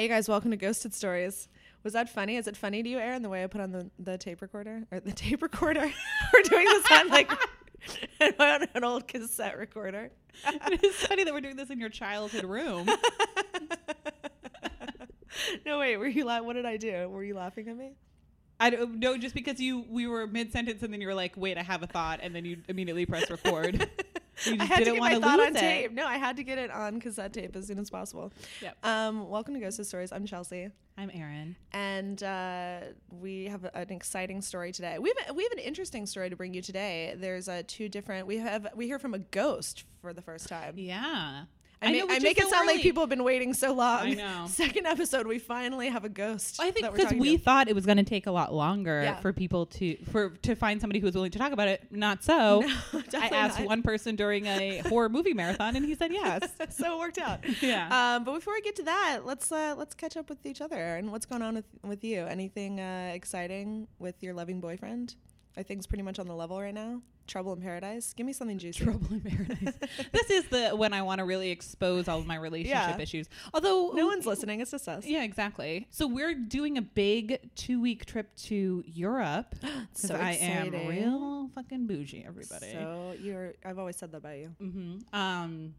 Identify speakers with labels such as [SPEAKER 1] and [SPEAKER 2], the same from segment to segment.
[SPEAKER 1] you guys. Welcome to Ghosted Stories. Was that funny? Is it funny to you, Aaron, the way I put on the, the tape recorder or the tape recorder? we're doing this on like on an old cassette recorder.
[SPEAKER 2] it's funny that we're doing this in your childhood room.
[SPEAKER 1] no, wait. Were you la- What did I do? Were you laughing at me?
[SPEAKER 2] I don't know, just because you we were mid sentence and then you were like, "Wait, I have a thought," and then you immediately press record. You
[SPEAKER 1] I
[SPEAKER 2] just
[SPEAKER 1] had
[SPEAKER 2] didn't
[SPEAKER 1] to get my
[SPEAKER 2] wanna
[SPEAKER 1] thought
[SPEAKER 2] lose
[SPEAKER 1] on
[SPEAKER 2] it.
[SPEAKER 1] tape. No, I had to get it on cassette tape as soon as possible.
[SPEAKER 2] Yep.
[SPEAKER 1] Um, welcome to Ghosted Stories. I'm Chelsea.
[SPEAKER 2] I'm Aaron.
[SPEAKER 1] and uh, we have an exciting story today. We have we have an interesting story to bring you today. There's uh, two different. We have we hear from a ghost for the first time.
[SPEAKER 2] Yeah,
[SPEAKER 1] I, ma-
[SPEAKER 2] which
[SPEAKER 1] I
[SPEAKER 2] is
[SPEAKER 1] make it
[SPEAKER 2] so
[SPEAKER 1] sound like
[SPEAKER 2] early.
[SPEAKER 1] people have been waiting so long.
[SPEAKER 2] I know.
[SPEAKER 1] Second episode, we finally have a ghost.
[SPEAKER 2] I think
[SPEAKER 1] that we're
[SPEAKER 2] because
[SPEAKER 1] talking
[SPEAKER 2] we
[SPEAKER 1] to.
[SPEAKER 2] thought it was going to take a lot longer
[SPEAKER 1] Yeah.
[SPEAKER 2] for people to for to find somebody who was willing to talk about it. Not so.
[SPEAKER 1] No,
[SPEAKER 2] I
[SPEAKER 1] definitely
[SPEAKER 2] asked
[SPEAKER 1] not.
[SPEAKER 2] one person during a horror movie marathon, and he said yes.
[SPEAKER 1] so it worked out.
[SPEAKER 2] Yeah.
[SPEAKER 1] Um, but before we get to that, let's uh, let's catch up with each other. And what's going on with with you? Anything uh, exciting with your loving boyfriend? Are things pretty much on the level right now? Trouble in paradise. Give me something juicy.
[SPEAKER 2] Trouble in paradise. this is the when I want to really expose all of my relationship
[SPEAKER 1] Yeah.
[SPEAKER 2] issues. Although
[SPEAKER 1] No one's listening. It's just us.
[SPEAKER 2] Yeah, exactly. So we're doing a big two week trip to Europe. 'cause
[SPEAKER 1] So
[SPEAKER 2] I
[SPEAKER 1] exciting.
[SPEAKER 2] am real fucking bougie, everybody.
[SPEAKER 1] So you're. I've always said that about you.
[SPEAKER 2] hmm Um,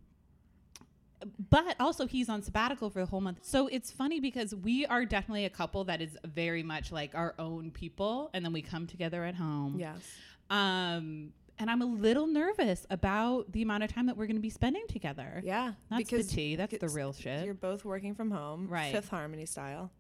[SPEAKER 2] but also he's on sabbatical for the whole month. So it's funny because we are definitely a couple that is very much like our own people, and then we come together at home.
[SPEAKER 1] Yes.
[SPEAKER 2] Um, and I'm a little nervous about the amount of time that we're going to be spending together.
[SPEAKER 1] Yeah.
[SPEAKER 2] That's
[SPEAKER 1] because
[SPEAKER 2] the tea. That's the
[SPEAKER 1] because
[SPEAKER 2] real shit.
[SPEAKER 1] You're both working from home.
[SPEAKER 2] Right.
[SPEAKER 1] Fifth Harmony style.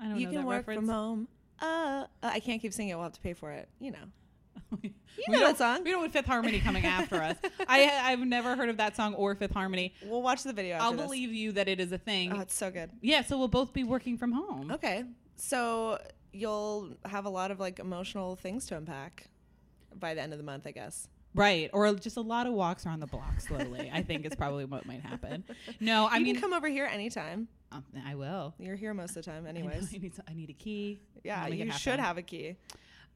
[SPEAKER 2] I don't
[SPEAKER 1] You
[SPEAKER 2] know
[SPEAKER 1] can
[SPEAKER 2] Oh, that
[SPEAKER 1] work
[SPEAKER 2] reference.
[SPEAKER 1] from home. Uh, I can't keep singing. it. We'll have to pay for it. You know.
[SPEAKER 2] you
[SPEAKER 1] know that song.
[SPEAKER 2] We don't want Fifth Harmony coming after us. I I've never heard of that song or Fifth Harmony.
[SPEAKER 1] We'll watch the video. After
[SPEAKER 2] I'll
[SPEAKER 1] this.
[SPEAKER 2] believe you that it is a thing.
[SPEAKER 1] Oh, it's so good.
[SPEAKER 2] yeah, so we'll both be working from home.
[SPEAKER 1] Okay. So you'll have a lot of like emotional things to unpack by the end of the month, I guess.
[SPEAKER 2] Right. Or just a lot of walks around the block slowly, I think is probably what might happen. No, I
[SPEAKER 1] you
[SPEAKER 2] mean,
[SPEAKER 1] can come over here anytime.
[SPEAKER 2] um, I will.
[SPEAKER 1] You're here most of the time,
[SPEAKER 2] I know,
[SPEAKER 1] anyways.
[SPEAKER 2] I, need, I need a key.
[SPEAKER 1] Yeah,
[SPEAKER 2] I'll make it
[SPEAKER 1] you should
[SPEAKER 2] happen.
[SPEAKER 1] have a key.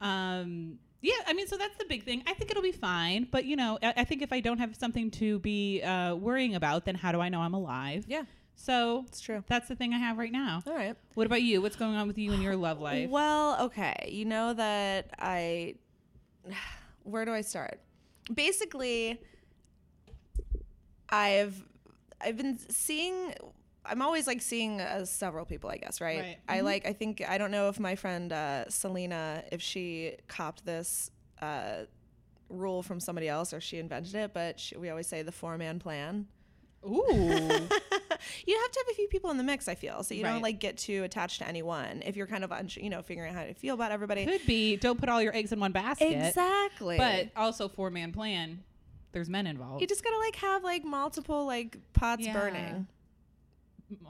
[SPEAKER 2] Um, yeah, I mean, so that's the big thing. I think it'll be fine. But, you know, I, I think if I don't have something to be uh, worrying about, then how do I know I'm alive?
[SPEAKER 1] Yeah,
[SPEAKER 2] So
[SPEAKER 1] it's true.
[SPEAKER 2] that's the thing I have right now.
[SPEAKER 1] All right.
[SPEAKER 2] What about you? What's going on with you and your love life?
[SPEAKER 1] Well, okay. You know that I. Where do I start? Basically, I've I've been seeing. I'm always like seeing uh, several people, I guess, right?
[SPEAKER 2] Right.
[SPEAKER 1] I
[SPEAKER 2] Mhm.
[SPEAKER 1] like. I think I don't know if my friend uh, Selena, if she copped this uh, rule from somebody else or she invented it, but she, we always say the four man plan.
[SPEAKER 2] Ooh.
[SPEAKER 1] you have to have a few people in the mix. I feel so you don't
[SPEAKER 2] Right.
[SPEAKER 1] like get too attached to anyone if you're kind of unsure, you know, figuring out how to feel about everybody.
[SPEAKER 2] Could be. Don't put all your eggs in one basket.
[SPEAKER 1] Exactly.
[SPEAKER 2] But also, four man plan, there's men involved.
[SPEAKER 1] you just gotta like have like multiple like pots
[SPEAKER 2] Yeah.
[SPEAKER 1] burning,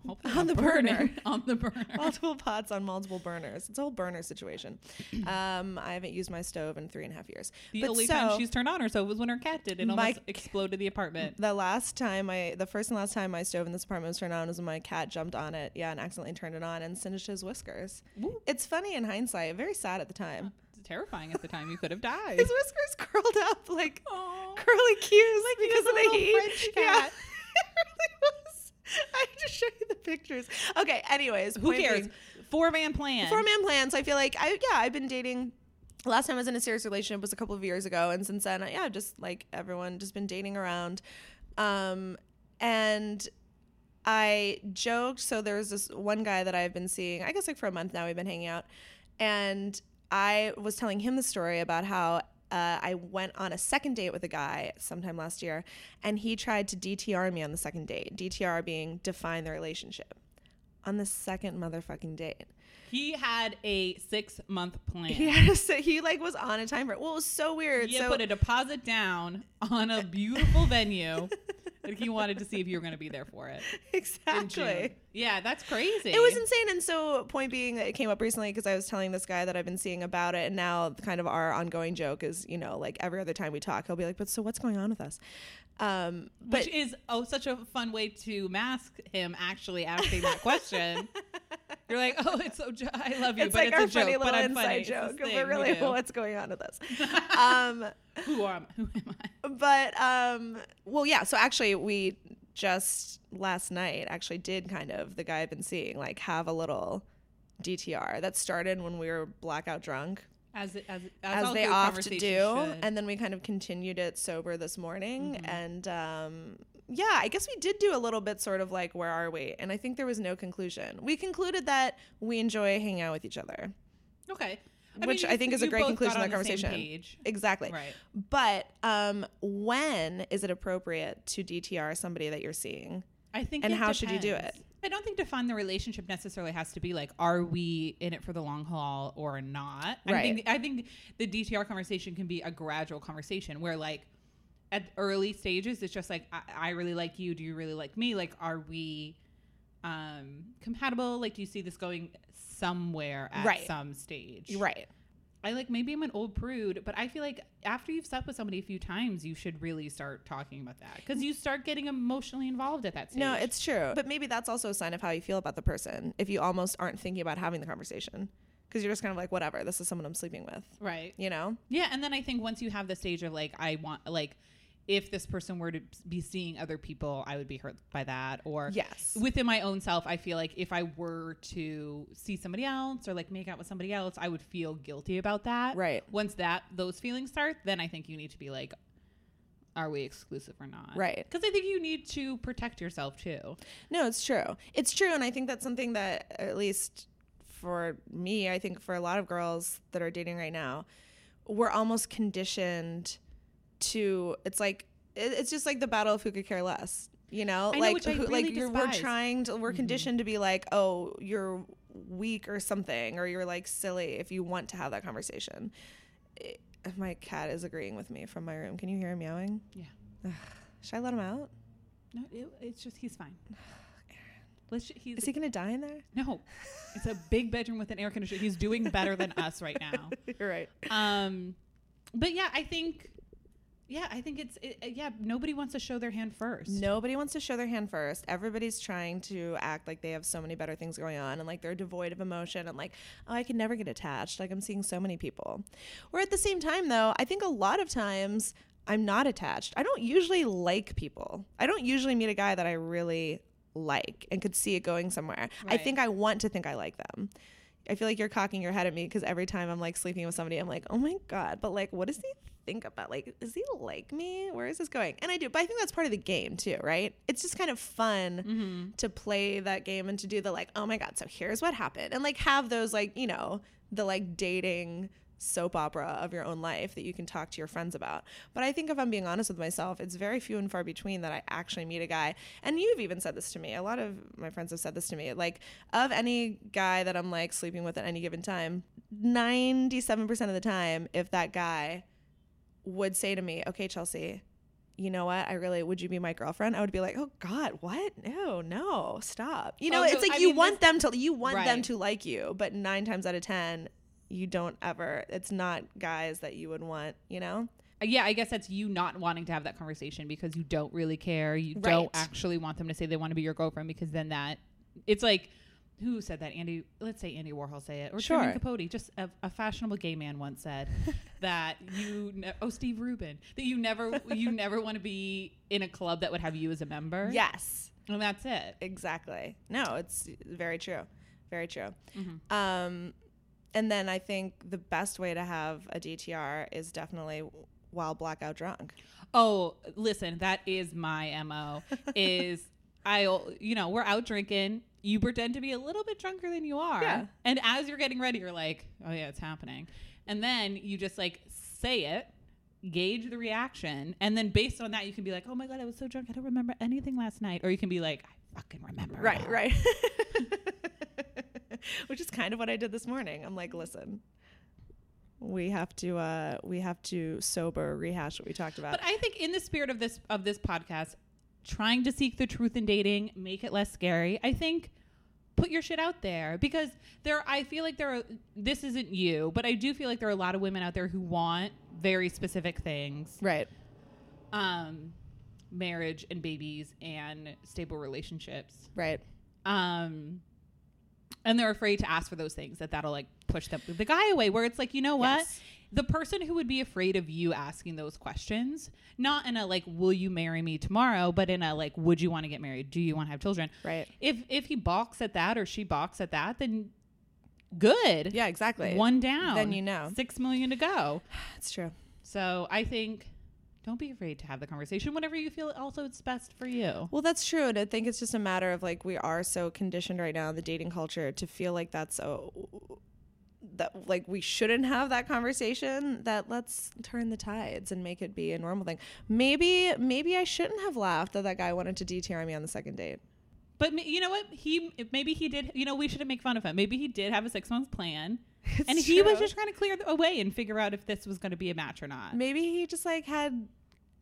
[SPEAKER 2] Hopefully
[SPEAKER 1] On
[SPEAKER 2] not
[SPEAKER 1] the
[SPEAKER 2] burning.
[SPEAKER 1] burner. Oh,
[SPEAKER 2] on the burner.
[SPEAKER 1] multiple pots on multiple burners. It's a whole burner situation. Um, I haven't used my stove in three and a half years.
[SPEAKER 2] The
[SPEAKER 1] but
[SPEAKER 2] only
[SPEAKER 1] so,
[SPEAKER 2] time she's turned on her stove was when her cat did and almost
[SPEAKER 1] My-
[SPEAKER 2] exploded the apartment.
[SPEAKER 1] the last time I, the first and last time my stove in this apartment was turned on was when my cat jumped on it, yeah, and accidentally turned it on and singed his whiskers.
[SPEAKER 2] Woo.
[SPEAKER 1] It's funny in hindsight, very sad at the time.
[SPEAKER 2] It's terrifying at the time. You could have died.
[SPEAKER 1] His whiskers curled up like
[SPEAKER 2] Aw.
[SPEAKER 1] curly cues because of the
[SPEAKER 2] little
[SPEAKER 1] heat.
[SPEAKER 2] French
[SPEAKER 1] Yeah.
[SPEAKER 2] cat.
[SPEAKER 1] it really was. I have to show you the pictures. Okay, anyways,
[SPEAKER 2] Who cares? Four man plan.
[SPEAKER 1] Four man plans. I feel like I yeah, I've been dating last time I was in a serious relationship was a couple of years ago and since then yeah, just like everyone just been dating around. Um and I joked. So there was this one guy that I've been seeing, I guess like for a month now, we've been hanging out. And I was telling him the story about how uh, I went on a second date with a guy sometime last year, and he tried to DTR me on the second date, DTR being define the relationship. On the second motherfucking date,
[SPEAKER 2] He had a six month plan.
[SPEAKER 1] he had a, se- he like was on a timer. Well, it was so weird.
[SPEAKER 2] He had
[SPEAKER 1] so
[SPEAKER 2] put a deposit down on a beautiful venue that he wanted to see if you were going to be there for it. in June.
[SPEAKER 1] exactly.
[SPEAKER 2] Yeah, that's crazy.
[SPEAKER 1] It was insane. And so, point being, that it came up recently because I was telling this guy that I've been seeing about it. And now, kind of our ongoing joke is, you know, like every other time we talk, he'll be like, but so what's going on with us? Um, but
[SPEAKER 2] Which is oh such a fun way to mask him actually asking that question. You're like, oh, it's so jo- I love you,
[SPEAKER 1] it's
[SPEAKER 2] but
[SPEAKER 1] like
[SPEAKER 2] it's
[SPEAKER 1] our
[SPEAKER 2] a joke,
[SPEAKER 1] funny
[SPEAKER 2] but
[SPEAKER 1] little
[SPEAKER 2] I'm funny.
[SPEAKER 1] inside
[SPEAKER 2] It's this
[SPEAKER 1] joke.
[SPEAKER 2] thing we
[SPEAKER 1] But really,
[SPEAKER 2] do.
[SPEAKER 1] what's going on with us? um,
[SPEAKER 2] who am who am I?
[SPEAKER 1] but, um, well, yeah. So, actually, we just last night actually did kind of the guy I've been seeing like have a little DTR that started when we were blackout drunk
[SPEAKER 2] as it, as it-
[SPEAKER 1] as,
[SPEAKER 2] all
[SPEAKER 1] they
[SPEAKER 2] good
[SPEAKER 1] oft do,
[SPEAKER 2] conversations should.
[SPEAKER 1] and then we kind of continued it sober this morning,
[SPEAKER 2] Mm-hmm.
[SPEAKER 1] and um, yeah, I guess we did do a little bit, sort of like where are we? And I think there was no conclusion. We concluded that we enjoy hanging out with each other,
[SPEAKER 2] okay,
[SPEAKER 1] which
[SPEAKER 2] you-
[SPEAKER 1] I think is a
[SPEAKER 2] you
[SPEAKER 1] great
[SPEAKER 2] both
[SPEAKER 1] conclusion
[SPEAKER 2] got
[SPEAKER 1] to that
[SPEAKER 2] on the same
[SPEAKER 1] conversation.
[SPEAKER 2] page.
[SPEAKER 1] Exactly.
[SPEAKER 2] Right.
[SPEAKER 1] But um, when is it appropriate to DTR somebody that you're seeing?
[SPEAKER 2] I think.
[SPEAKER 1] And
[SPEAKER 2] it
[SPEAKER 1] how should you do
[SPEAKER 2] depends.
[SPEAKER 1] it?
[SPEAKER 2] I don't think define the relationship necessarily has to be like, are we in it for the long haul or not? I
[SPEAKER 1] Right.
[SPEAKER 2] think I think the DTR conversation can be a gradual conversation where like at early stages it's just like I, I really like you. Do you really like me? Like, are we um compatible? Like, do you see this going somewhere at
[SPEAKER 1] Right.
[SPEAKER 2] some stage?
[SPEAKER 1] Right.
[SPEAKER 2] I like maybe I'm an old prude, but I feel like after you've slept with somebody a few times, you should really start talking about that because you start getting emotionally involved at that stage.
[SPEAKER 1] No, it's true. But maybe that's also a sign of how you feel about the person if you almost aren't thinking about having the conversation because you're just kind of like, whatever, this is someone I'm sleeping with,
[SPEAKER 2] right.
[SPEAKER 1] you know?
[SPEAKER 2] Yeah, and then I think once you have the stage of like I want like if this person were to be seeing other people, I would be hurt by that or
[SPEAKER 1] Yes.
[SPEAKER 2] Within my own self, I feel like if I were to see somebody else or like make out with somebody else, I would feel guilty about that.
[SPEAKER 1] Right.
[SPEAKER 2] Once that those feelings start, then I think you need to be like are we exclusive or not?
[SPEAKER 1] Right.
[SPEAKER 2] Because I think you need to protect yourself too.
[SPEAKER 1] No, it's true. It's true. And I think that's something that, at least for me, I think for a lot of girls that are dating right now, we're almost conditioned to, it's like, it- it's just like the battle of who could care less. You know,
[SPEAKER 2] I know,
[SPEAKER 1] like
[SPEAKER 2] which I
[SPEAKER 1] like
[SPEAKER 2] really
[SPEAKER 1] you're, we're
[SPEAKER 2] despise. Mm-hmm.
[SPEAKER 1] trying to we're conditioned to be like, oh, you're weak or something, or you're like silly if you want to have that conversation. It- my cat is agreeing with me from my room. Can you hear him meowing?
[SPEAKER 2] Yeah.
[SPEAKER 1] Ugh. Should I let him out?
[SPEAKER 2] No, it, it's just he's fine. Let's. ju- He's
[SPEAKER 1] Is he gonna die in there?
[SPEAKER 2] no. It's a big bedroom with an air conditioner. He's doing better than us right now.
[SPEAKER 1] You're right.
[SPEAKER 2] Um, but yeah, I think. Yeah, I think it's it, yeah. Nobody wants to show their hand first.
[SPEAKER 1] Nobody wants to show their hand first. Everybody's trying to act like they have so many better things going on and like they're devoid of emotion and like, oh, I can never get attached. Like I'm seeing so many people. Where at the same time, though, I think a lot of times I'm not attached. I don't usually like people. I don't usually meet a guy that I really like and could see it going somewhere. I
[SPEAKER 2] Right.
[SPEAKER 1] think I want to think I like them. I feel like you're cocking your head at me because every time I'm like sleeping with somebody, I'm like, oh my God, but like, what does he think about? Like, is he like me? Where is this going? And I do, but I think that's part of the game too, right? It's just kind of fun
[SPEAKER 2] Mm-hmm.
[SPEAKER 1] to play that game and to do the like, oh my God, so here's what happened. And like have those like, you know, the like dating soap opera of your own life that you can talk to your friends about. But I think if I'm being honest with myself, it's very few and far between that I actually meet a guy. And you've even said this to me. A lot of my friends have said this to me. Like of any guy that I'm like sleeping with at any given time, 97% of the time if that guy would say to me, "Okay, Chelsea, you know what? I really would you be my girlfriend?" I would be like, "Oh God, what? No, no, stop." You know,
[SPEAKER 2] Oh,
[SPEAKER 1] it's
[SPEAKER 2] no,
[SPEAKER 1] like
[SPEAKER 2] I
[SPEAKER 1] you
[SPEAKER 2] mean,
[SPEAKER 1] want them to you want them
[SPEAKER 2] Right.
[SPEAKER 1] to like you, but nine times out of ten, you don't ever. It's not guys that you would want. You know,
[SPEAKER 2] Yeah, I guess that's you not wanting to have that conversation because you don't really care. You
[SPEAKER 1] Right.
[SPEAKER 2] don't actually want them to say they want to be your girlfriend because then that it's like who said that Andy? Let's say Andy Warhol say it or
[SPEAKER 1] Sure.
[SPEAKER 2] Truman Capote. Just a, a fashionable gay man once said that you ne- oh Steve Rubin that you never you never want to be in a club that would have you as a member.
[SPEAKER 1] yes,
[SPEAKER 2] and that's it.
[SPEAKER 1] exactly. No, it's very true, very true. Um, and then I think the best way to have a DTR is definitely while blackout drunk.
[SPEAKER 2] Oh, listen, that is my mo. Is I'll you know we're out drinking. You pretend to be a little bit drunker than you are,
[SPEAKER 1] Yeah.
[SPEAKER 2] and as you're getting ready, you're like, oh yeah, it's happening, and then you just like say it. Gauge the reaction, and then based on that, you can be like, "Oh my god, I was so drunk, I don't remember anything last night," or you can be like, "I fucking remember." it
[SPEAKER 1] Right,
[SPEAKER 2] all."
[SPEAKER 1] right. Which is kind of what I did this morning. I'm like, listen, we have to uh we have to sober rehash what we talked about.
[SPEAKER 2] But I think in the spirit of this of this podcast, trying to seek the truth in dating, make it less scary. I think put your shit out there because there I feel like there are this isn't you, but I do feel like there are a lot of women out there who want very specific things.
[SPEAKER 1] right.
[SPEAKER 2] Um marriage and babies and stable relationships.
[SPEAKER 1] Right.
[SPEAKER 2] Um and they're afraid to ask for those things that that'll like push them the guy away where it's like, you know what?
[SPEAKER 1] Yes.
[SPEAKER 2] the person who would be afraid of you asking those questions, not in a like, will you marry me tomorrow, but in a like, would you want to get married? Do you want to have children?
[SPEAKER 1] Right.
[SPEAKER 2] If if he balks at that or she balks at that, then good.
[SPEAKER 1] Yeah, exactly.
[SPEAKER 2] One down.
[SPEAKER 1] Then you know.
[SPEAKER 2] Six million to go.
[SPEAKER 1] That's true.
[SPEAKER 2] So I think don't be afraid to have the conversation whenever you feel also it's best for you.
[SPEAKER 1] Well, that's true. And I think it's just a matter of like, we are so conditioned right now in the dating culture to feel like that's so that like we shouldn't have that conversation that let's turn the tides and make it be a normal thing maybe maybe i shouldn't have laughed that that guy wanted to dtr me on the second date
[SPEAKER 2] But ma- you know what? He maybe he did. You know, we shouldn't make fun of him. Maybe he did have a six month plan,
[SPEAKER 1] It's
[SPEAKER 2] and he was
[SPEAKER 1] true.
[SPEAKER 2] just trying to clear the- away and figure out if this was going to be a match or not.
[SPEAKER 1] maybe he just like had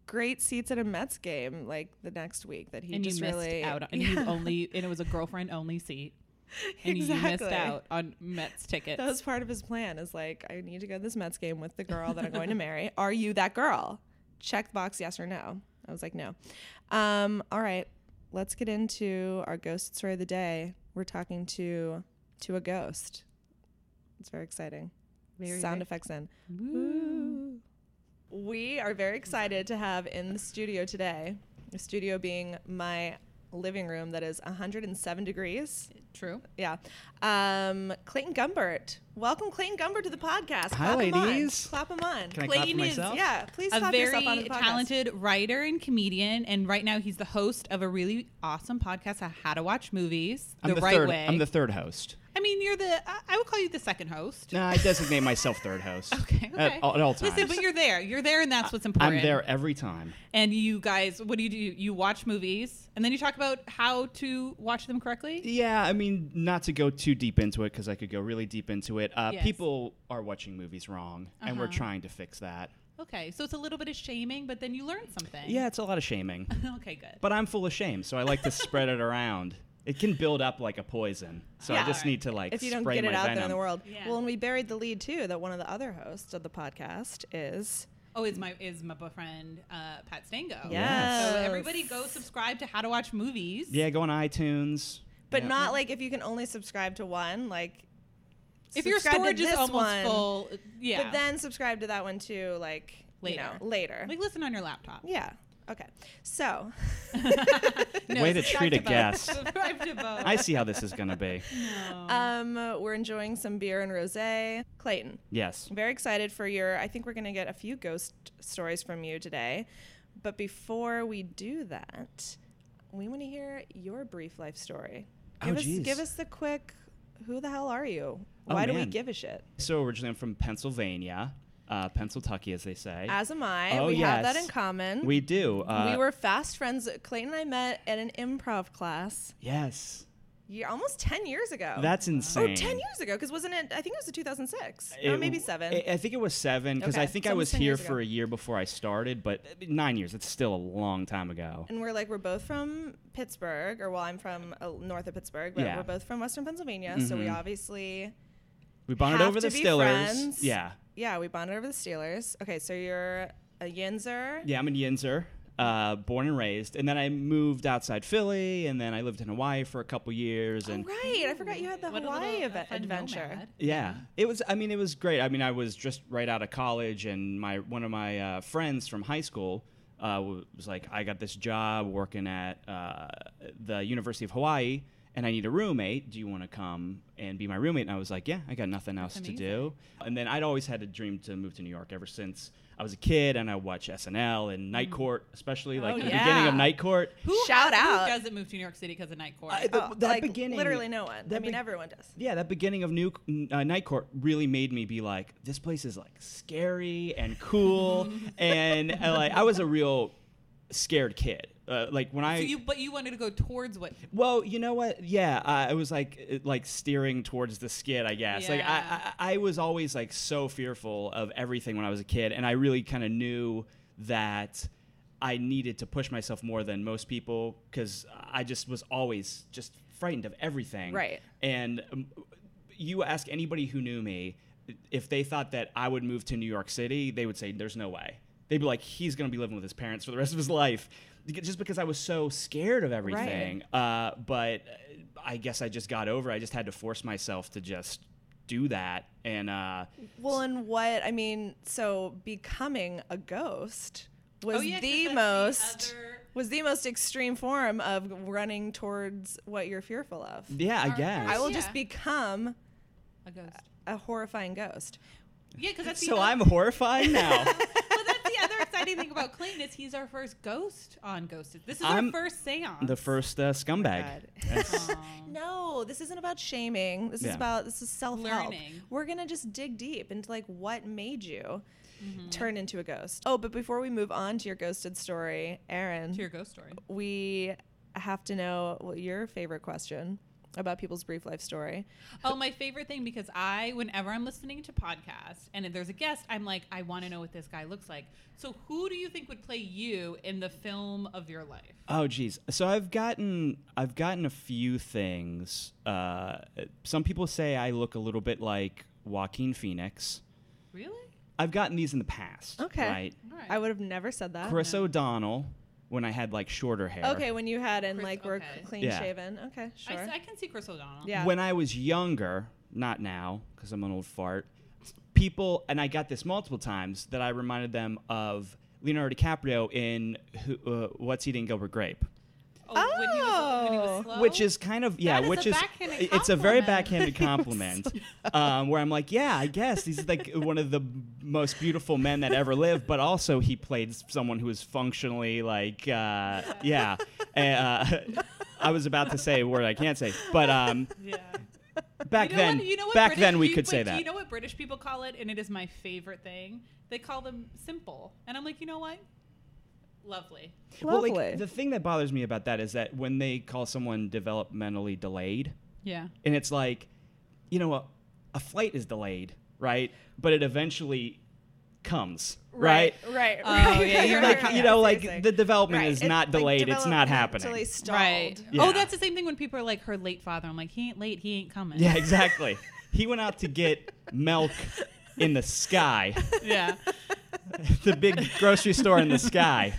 [SPEAKER 1] great seats at a mets game like the next week that he
[SPEAKER 2] and you
[SPEAKER 1] just
[SPEAKER 2] missed
[SPEAKER 1] really
[SPEAKER 2] out. On, and you only and it was a girlfriend only seat, and you missed
[SPEAKER 1] Exactly.
[SPEAKER 2] out on Mets tickets.
[SPEAKER 1] that was part of his plan is like i need to go to this mets game with the girl that i'm going to marry are you that girl check the box yes or no i was like no um, all right let's get into our ghost story of the day we're talking to to a ghost it's very exciting
[SPEAKER 2] Very
[SPEAKER 1] sound
[SPEAKER 2] good.
[SPEAKER 1] effects in
[SPEAKER 2] Ooh.
[SPEAKER 1] we are very excited to have in the studio today the studio being my living room that is 107 degrees
[SPEAKER 2] True.
[SPEAKER 1] yeah. Um, Clayton Gumbert. Welcome, Clayton Gumbert, to the podcast.
[SPEAKER 3] Hi,
[SPEAKER 1] clap him on.
[SPEAKER 3] ladies.
[SPEAKER 1] Clap him on.
[SPEAKER 3] Can I clap for myself?
[SPEAKER 1] yeah, please
[SPEAKER 2] a
[SPEAKER 1] clap
[SPEAKER 2] very
[SPEAKER 1] yourself on the podcast.
[SPEAKER 2] talented writer and comedian, and right now he's the host of a really awesome podcast, on How to Watch Movies
[SPEAKER 3] I'm the,
[SPEAKER 2] Right
[SPEAKER 3] third.
[SPEAKER 2] Way.
[SPEAKER 3] I'm the third host.
[SPEAKER 2] I mean, you're the. I, I would call you the second host.
[SPEAKER 3] Nah, I designate myself third host.
[SPEAKER 2] Okay. okay.
[SPEAKER 3] At, all, at all times.
[SPEAKER 2] Listen, but you're there. You're there, and that's what's important.
[SPEAKER 3] I'm there every time.
[SPEAKER 2] And you guys, what do you do? You watch movies, and then you talk about how to watch them correctly.
[SPEAKER 3] Yeah, I mean, not to go too deep into it because I could go really deep into it. Uh,
[SPEAKER 2] Yes.
[SPEAKER 3] People are watching movies wrong, and we're
[SPEAKER 2] Uh-huh.
[SPEAKER 3] trying to fix that.
[SPEAKER 2] Okay, so it's a little bit of shaming, but then you learn something.
[SPEAKER 3] Yeah, it's a lot of shaming,
[SPEAKER 2] okay, good.
[SPEAKER 3] but I'm full of shame, so I like to spread it around. It can build up like a poison, so
[SPEAKER 1] Yeah.
[SPEAKER 3] I just need to like
[SPEAKER 1] If you don't
[SPEAKER 3] spray
[SPEAKER 1] get it
[SPEAKER 3] my
[SPEAKER 1] out
[SPEAKER 3] venom.
[SPEAKER 1] there in the world.
[SPEAKER 2] Yeah.
[SPEAKER 1] Well, and we buried the lead, too, that one of the other hosts of the podcast is.
[SPEAKER 2] Oh, is my is my boyfriend uh, Pat Stango?
[SPEAKER 1] Yes.
[SPEAKER 2] So everybody go subscribe to How to Watch Movies.
[SPEAKER 3] Yeah, go on iTunes.
[SPEAKER 1] But
[SPEAKER 3] Yeah.
[SPEAKER 1] not like if you can only subscribe to one, like.
[SPEAKER 2] If your
[SPEAKER 1] subscribe to
[SPEAKER 2] storage is
[SPEAKER 1] this
[SPEAKER 2] almost
[SPEAKER 1] one,
[SPEAKER 2] full, uh, yeah.
[SPEAKER 1] But then subscribe to that one, too, like
[SPEAKER 2] Later.
[SPEAKER 1] You know, later.
[SPEAKER 2] like listen on your laptop.
[SPEAKER 1] yeah. Okay. So.
[SPEAKER 2] No,
[SPEAKER 3] Way to
[SPEAKER 2] subscribe
[SPEAKER 3] treat a
[SPEAKER 2] both.
[SPEAKER 3] guest.
[SPEAKER 2] Subscribe to both.
[SPEAKER 3] I see how this is gonna be.
[SPEAKER 1] Um, we're enjoying some beer and rosé. Clayton,
[SPEAKER 3] Yes.
[SPEAKER 1] Very excited for your. I think we're going to get a few ghost stories from you today. But before we do that, we want to hear your brief life story.
[SPEAKER 3] Oh,
[SPEAKER 1] Give, us,
[SPEAKER 3] geez.
[SPEAKER 1] give us the quick who the hell are you?
[SPEAKER 3] Oh,
[SPEAKER 1] Why do we
[SPEAKER 3] man.
[SPEAKER 1] give a shit?
[SPEAKER 3] So originally, I'm from Pennsylvania, uh, Pennsylvania, as they say.
[SPEAKER 1] As am I.
[SPEAKER 3] Oh,
[SPEAKER 1] we have that
[SPEAKER 3] yes.
[SPEAKER 1] in common.
[SPEAKER 3] we do. Uh,
[SPEAKER 1] we were fast friends. Clayton and I met at an improv class
[SPEAKER 3] Yes.
[SPEAKER 1] year, almost 10 years ago.
[SPEAKER 3] That's
[SPEAKER 1] Oh,
[SPEAKER 3] insane.
[SPEAKER 1] 10 years ago. Because wasn't it? I think it was in 2006.
[SPEAKER 3] It-
[SPEAKER 1] or maybe seven.
[SPEAKER 3] I, I think it was seven because
[SPEAKER 1] Okay,
[SPEAKER 3] I think
[SPEAKER 1] it's
[SPEAKER 3] I
[SPEAKER 1] almost
[SPEAKER 3] was
[SPEAKER 1] 10
[SPEAKER 3] here
[SPEAKER 1] years ago.
[SPEAKER 3] for a year before I started, but I mean, nine years. It's still a long time ago.
[SPEAKER 1] and we're like we're both from Pittsburgh, or well, I'm from uh, north of Pittsburgh, but
[SPEAKER 3] Yeah.
[SPEAKER 1] we're both from Western Pennsylvania, so we obviously
[SPEAKER 3] We bonded
[SPEAKER 1] have
[SPEAKER 3] over
[SPEAKER 1] to
[SPEAKER 3] the
[SPEAKER 1] be
[SPEAKER 3] Stillers.
[SPEAKER 1] friends.
[SPEAKER 3] Yeah.
[SPEAKER 1] yeah we bonded over the Steelers. Okay, so you're a Yinzer.
[SPEAKER 3] Yeah, I'm in Yinzer, uh, born and raised. And then I moved outside Philly, and then I lived in Hawaii for a couple years.
[SPEAKER 1] Oh,
[SPEAKER 3] And
[SPEAKER 1] right, I forgot you had the
[SPEAKER 2] What a
[SPEAKER 1] Hawaii
[SPEAKER 2] little, uh,
[SPEAKER 1] ev-
[SPEAKER 2] fun
[SPEAKER 1] adventure.
[SPEAKER 2] nomad.
[SPEAKER 3] Yeah, it was. I mean, it was great. I mean, I was just right out of college, and my one of my uh, friends from high school uh, w- was like, "I got this job working at uh, the University of Hawaii, and I need a roommate. Do you want to come and be my roommate?" And I was like, "Yeah, I got nothing else to do." And then I'd always had a dream to move to New York ever since I was a kid, and I watched SNL and Night Court, especially like
[SPEAKER 1] Mm. Oh,
[SPEAKER 3] the
[SPEAKER 1] yeah.
[SPEAKER 3] beginning of Night Court.
[SPEAKER 2] Who
[SPEAKER 1] Shout
[SPEAKER 2] has-
[SPEAKER 1] out.
[SPEAKER 2] Who doesn't move to New York City because of night court?
[SPEAKER 3] I- the-
[SPEAKER 1] Oh,
[SPEAKER 3] that
[SPEAKER 1] like,
[SPEAKER 3] beginning-
[SPEAKER 1] literally no one. I
[SPEAKER 3] that
[SPEAKER 1] mean,
[SPEAKER 3] be-
[SPEAKER 1] everyone does.
[SPEAKER 3] Yeah, that beginning of New uh, Night Court really made me be like, this place is like scary and cool, and uh, like I was a real scared kid. Uh, like when I
[SPEAKER 2] so you, but you wanted to go towards what?
[SPEAKER 3] well, you know what? Yeah, uh, I was like uh, like steering towards the skid, I guess. Like
[SPEAKER 2] Yeah.
[SPEAKER 3] I, I I was always like so fearful of everything when I was a kid, and I really kind of knew that I needed to push myself more than most people because I just was always just frightened of everything.
[SPEAKER 1] Right.
[SPEAKER 3] And um, you ask anybody who knew me if they thought that I would move to New York City, they would say, "There's no way." They'd be like, "He's going to be living with his parents for the rest of his life," because- just because I was so scared of everything. Uh, but uh, I guess I just got over. it. I just had to force myself to just do that. And uh,
[SPEAKER 1] Well, and what I mean, so becoming a ghost was
[SPEAKER 2] Oh, yeah, 'cause
[SPEAKER 1] the
[SPEAKER 2] that's the
[SPEAKER 1] most
[SPEAKER 2] other-
[SPEAKER 1] was the most extreme form of running towards what you're fearful of.
[SPEAKER 3] yeah, I
[SPEAKER 2] Our-
[SPEAKER 3] guess.
[SPEAKER 1] I will
[SPEAKER 2] Yeah.
[SPEAKER 1] just become
[SPEAKER 2] A ghost.
[SPEAKER 1] a horrifying ghost.
[SPEAKER 2] Yeah, because that's the
[SPEAKER 3] so
[SPEAKER 2] other-
[SPEAKER 3] I'm horrified now.
[SPEAKER 2] well, that's the other exciting thing about Clayton is he's our first ghost on Ghosted. This is
[SPEAKER 3] I'm
[SPEAKER 2] our first seance.
[SPEAKER 3] the first uh, scumbag.
[SPEAKER 1] Oh God.
[SPEAKER 3] That's-
[SPEAKER 2] Aw.
[SPEAKER 1] No, this isn't about shaming. This
[SPEAKER 3] Yeah.
[SPEAKER 1] is about this is self-help.
[SPEAKER 2] Learning.
[SPEAKER 1] We're going to just dig deep into like what made you
[SPEAKER 2] Mm-hmm.
[SPEAKER 1] turn into a ghost. Oh, but before we move on to your ghosted story, Aaron,
[SPEAKER 2] to your ghost story.
[SPEAKER 1] we have to know what your favorite question about people's brief life story.
[SPEAKER 2] Oh, my favorite thing because I, whenever I'm listening to podcasts and if there's a guest, I'm like, I want to know what this guy looks like. So, who do you think would play you in the film of your life?
[SPEAKER 3] Oh geez. So I've gotten I've gotten a few things. Uh, some people say I look a little bit like Joaquin Phoenix.
[SPEAKER 2] Really?
[SPEAKER 3] I've gotten these in the past.
[SPEAKER 1] Okay.
[SPEAKER 3] Right.
[SPEAKER 2] All right.
[SPEAKER 1] I would have never said that.
[SPEAKER 3] Chris O'Donnell when I had like shorter hair.
[SPEAKER 1] Okay, when you had and
[SPEAKER 2] Chris-
[SPEAKER 1] like were
[SPEAKER 2] okay.
[SPEAKER 1] clean
[SPEAKER 3] Yeah.
[SPEAKER 1] shaven. Okay,
[SPEAKER 2] I,
[SPEAKER 1] sure.
[SPEAKER 2] s- I can see Chris O'Donnell.
[SPEAKER 1] yeah.
[SPEAKER 3] When I was younger, not now because I'm an old fart. People and I got this multiple times that I reminded them of Leonardo DiCaprio in who, uh, What's Eating Gilbert Grape.
[SPEAKER 2] Oh, when he was, when he
[SPEAKER 1] Oh.
[SPEAKER 2] was slow.
[SPEAKER 3] which is kind of yeah,
[SPEAKER 2] That is
[SPEAKER 3] which
[SPEAKER 2] a
[SPEAKER 3] is
[SPEAKER 2] backhanded
[SPEAKER 3] it's a very
[SPEAKER 2] compliment.
[SPEAKER 3] backhanded compliment, um, where I'm like, yeah, I guess he's like one of the most beautiful men that ever lived, but also he played someone who was functionally like, uh, yeah. Uh, I was about to say a word I can't say, but um,
[SPEAKER 2] Yeah.
[SPEAKER 3] back
[SPEAKER 2] You know
[SPEAKER 3] then,
[SPEAKER 2] what- you know what
[SPEAKER 3] back
[SPEAKER 2] British
[SPEAKER 3] then we
[SPEAKER 2] peop-
[SPEAKER 3] could say
[SPEAKER 2] wait, Do
[SPEAKER 3] that.
[SPEAKER 2] you know what British people call it? And it is my favorite thing. They call them simple. And I'm like, you know what? Lovely.
[SPEAKER 1] Lovely.
[SPEAKER 3] Well, like, the thing that bothers me about that is that when they call someone developmentally delayed,
[SPEAKER 2] Yeah.
[SPEAKER 3] and it's like you know a, a flight is delayed right but it eventually comes right,
[SPEAKER 1] Right.
[SPEAKER 2] Oh, yeah, you're
[SPEAKER 1] right,
[SPEAKER 2] not-
[SPEAKER 1] right,
[SPEAKER 3] you
[SPEAKER 1] right.
[SPEAKER 3] know like
[SPEAKER 1] Seriously.
[SPEAKER 3] the development
[SPEAKER 1] Right.
[SPEAKER 3] is not
[SPEAKER 1] like
[SPEAKER 3] delayed it's not happening
[SPEAKER 1] developmentally stalled.
[SPEAKER 3] Yeah.
[SPEAKER 2] Oh, that's the same thing when people are like her late father. I'm like, he ain't late, he ain't coming.
[SPEAKER 3] yeah exactly he went out to get milk in the sky
[SPEAKER 2] yeah.
[SPEAKER 3] the big grocery store in the sky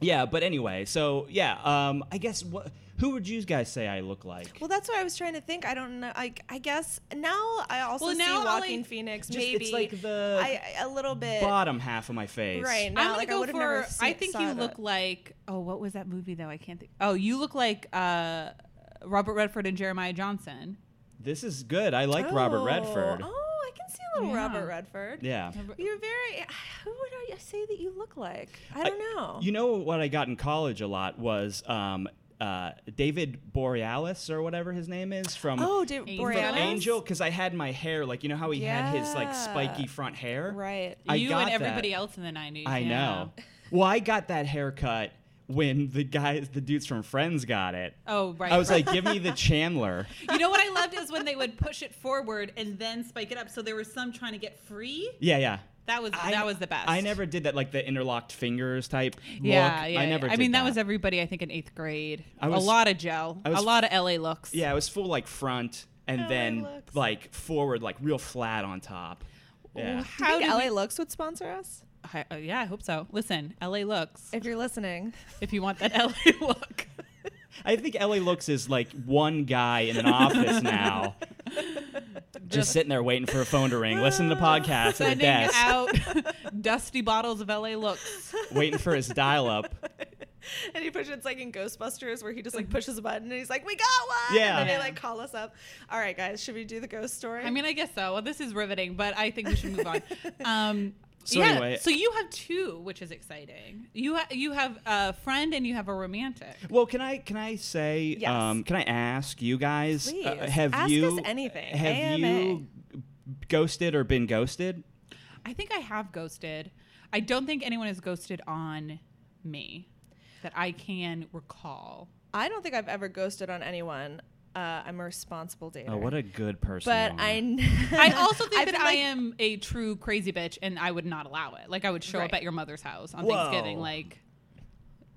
[SPEAKER 3] yeah but anyway so yeah um i guess what who would you guys say i look like
[SPEAKER 1] Well, that's what I was trying to think. I don't know. I, I guess now I also
[SPEAKER 2] Well, now
[SPEAKER 1] see
[SPEAKER 2] I'll,
[SPEAKER 1] Walking
[SPEAKER 2] like-
[SPEAKER 1] Phoenix
[SPEAKER 3] Just-
[SPEAKER 1] maybe
[SPEAKER 3] it's like the
[SPEAKER 1] I, I- a little bit
[SPEAKER 3] bottom half of my face
[SPEAKER 1] right now.
[SPEAKER 2] I'm gonna
[SPEAKER 1] like, I
[SPEAKER 2] go
[SPEAKER 1] would have
[SPEAKER 2] for.
[SPEAKER 1] never seen,
[SPEAKER 2] I think
[SPEAKER 1] saw
[SPEAKER 2] you
[SPEAKER 1] that.
[SPEAKER 2] look like. Oh, what was that movie though? I can't think. Oh, you look like uh, Robert Redford and Jeremiah Johnson.
[SPEAKER 3] this is good i like robert
[SPEAKER 1] Oh,
[SPEAKER 3] redford
[SPEAKER 1] Oh, I can see a little
[SPEAKER 2] Yeah.
[SPEAKER 1] Robert Redford.
[SPEAKER 3] yeah
[SPEAKER 1] You're very. Who would I say that you look like? I don't know.
[SPEAKER 3] You know what I got in college a lot was um, uh, David Borealis or whatever his name is from
[SPEAKER 1] oh, did
[SPEAKER 2] Angel.
[SPEAKER 3] from
[SPEAKER 1] Borealis?
[SPEAKER 3] Angel because I had my hair like you know how he had his like
[SPEAKER 1] Yeah.
[SPEAKER 3] spiky front hair.
[SPEAKER 1] Right.
[SPEAKER 3] I
[SPEAKER 2] you
[SPEAKER 3] got
[SPEAKER 2] and
[SPEAKER 3] that.
[SPEAKER 2] everybody else in the '90s.
[SPEAKER 3] I
[SPEAKER 2] yeah.
[SPEAKER 3] know. well, I got that haircut when the guys, the dudes from Friends, got it.
[SPEAKER 2] Oh, right.
[SPEAKER 3] I was
[SPEAKER 2] right.
[SPEAKER 3] like, give me the Chandler.
[SPEAKER 2] you know what I loved is when they would push it forward and then spike it up. So there was some trying to get free.
[SPEAKER 3] Yeah, yeah.
[SPEAKER 2] That was
[SPEAKER 3] I-
[SPEAKER 2] that was the best.
[SPEAKER 3] I never did that like the interlocked fingers type
[SPEAKER 2] Yeah,
[SPEAKER 3] look.
[SPEAKER 2] yeah.
[SPEAKER 3] I never.
[SPEAKER 2] yeah. I
[SPEAKER 3] did
[SPEAKER 2] mean, that. was everybody. I think in eighth grade.
[SPEAKER 3] I was-
[SPEAKER 2] a lot of gel.
[SPEAKER 3] I was-
[SPEAKER 2] a lot of LA looks.
[SPEAKER 3] yeah, it was full like front and
[SPEAKER 1] Oh, it
[SPEAKER 3] then
[SPEAKER 1] looks-
[SPEAKER 3] like forward, like real flat on top. Yeah.
[SPEAKER 1] Do you
[SPEAKER 2] How
[SPEAKER 1] think
[SPEAKER 2] do
[SPEAKER 1] LA
[SPEAKER 2] we-
[SPEAKER 1] Looks would sponsor us?
[SPEAKER 2] I, uh, yeah, I hope so. Listen, LA looks.
[SPEAKER 1] If you're listening,
[SPEAKER 2] If you want that LA look.
[SPEAKER 3] I think LA looks is like one guy in an office now, just sitting there waiting for a phone to ring, listening to podcasts at a
[SPEAKER 2] Sending
[SPEAKER 3] desk,
[SPEAKER 2] out dusty bottles of LA looks.
[SPEAKER 3] waiting for his dial-up.
[SPEAKER 1] and he pushes it's like in Ghostbusters where he just like pushes a button and he's like, "We got one!" And
[SPEAKER 3] Yeah.
[SPEAKER 1] then
[SPEAKER 2] Mm-hmm. Yeah.
[SPEAKER 1] they like call us up. All right, guys, should we do the ghost story?
[SPEAKER 2] I mean, I guess so. Well, this is riveting, but I think we should move on. Um,
[SPEAKER 3] So
[SPEAKER 2] yeah,
[SPEAKER 3] anyway-
[SPEAKER 2] so you have two, which is exciting. You ha- you have a friend and you have a romantic.
[SPEAKER 3] Well, can I can I say
[SPEAKER 1] Yes.
[SPEAKER 3] um, can I ask you guys uh,
[SPEAKER 1] Please,
[SPEAKER 3] have
[SPEAKER 1] ask
[SPEAKER 3] you
[SPEAKER 1] us anything.
[SPEAKER 3] have you ghosted or been ghosted?
[SPEAKER 2] I think I have ghosted. I don't think anyone has ghosted on me that I can recall.
[SPEAKER 1] I don't think I've ever ghosted on anyone. Uh, I'm a responsible dater.
[SPEAKER 3] Oh, what a good person!
[SPEAKER 1] but
[SPEAKER 3] you are.
[SPEAKER 1] I,
[SPEAKER 2] I also think
[SPEAKER 1] I've
[SPEAKER 2] that
[SPEAKER 1] been,
[SPEAKER 2] I
[SPEAKER 1] like-
[SPEAKER 2] am a true crazy bitch, and I would not allow it. Like I would show up
[SPEAKER 1] Right.
[SPEAKER 2] at your mother's house on
[SPEAKER 3] Whoa.
[SPEAKER 2] Thanksgiving, like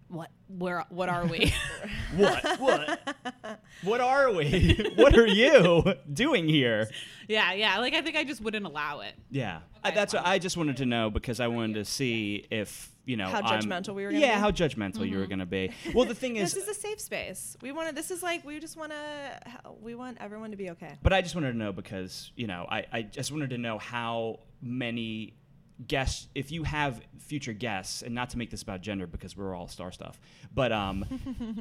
[SPEAKER 2] what? Where? What are we?
[SPEAKER 3] what what what are we? what are you doing here?
[SPEAKER 2] yeah, yeah. Like I think I just wouldn't allow it.
[SPEAKER 3] Yeah, I, that's what I just wanted to know because I wanted to see if you know
[SPEAKER 1] How
[SPEAKER 3] I'm-
[SPEAKER 1] judgmental we were gonna
[SPEAKER 3] yeah
[SPEAKER 1] be. Mm-hmm.
[SPEAKER 3] how judgmental you were gonna be. Well, the thing
[SPEAKER 1] This
[SPEAKER 3] is,
[SPEAKER 1] is a safe space. We want to. This is like we just want to. We want everyone to be okay.
[SPEAKER 3] But I just wanted to know because, you know, I, I just wanted to know how many guests, if you have future guests, and not to make this about gender because we're all star stuff, but um,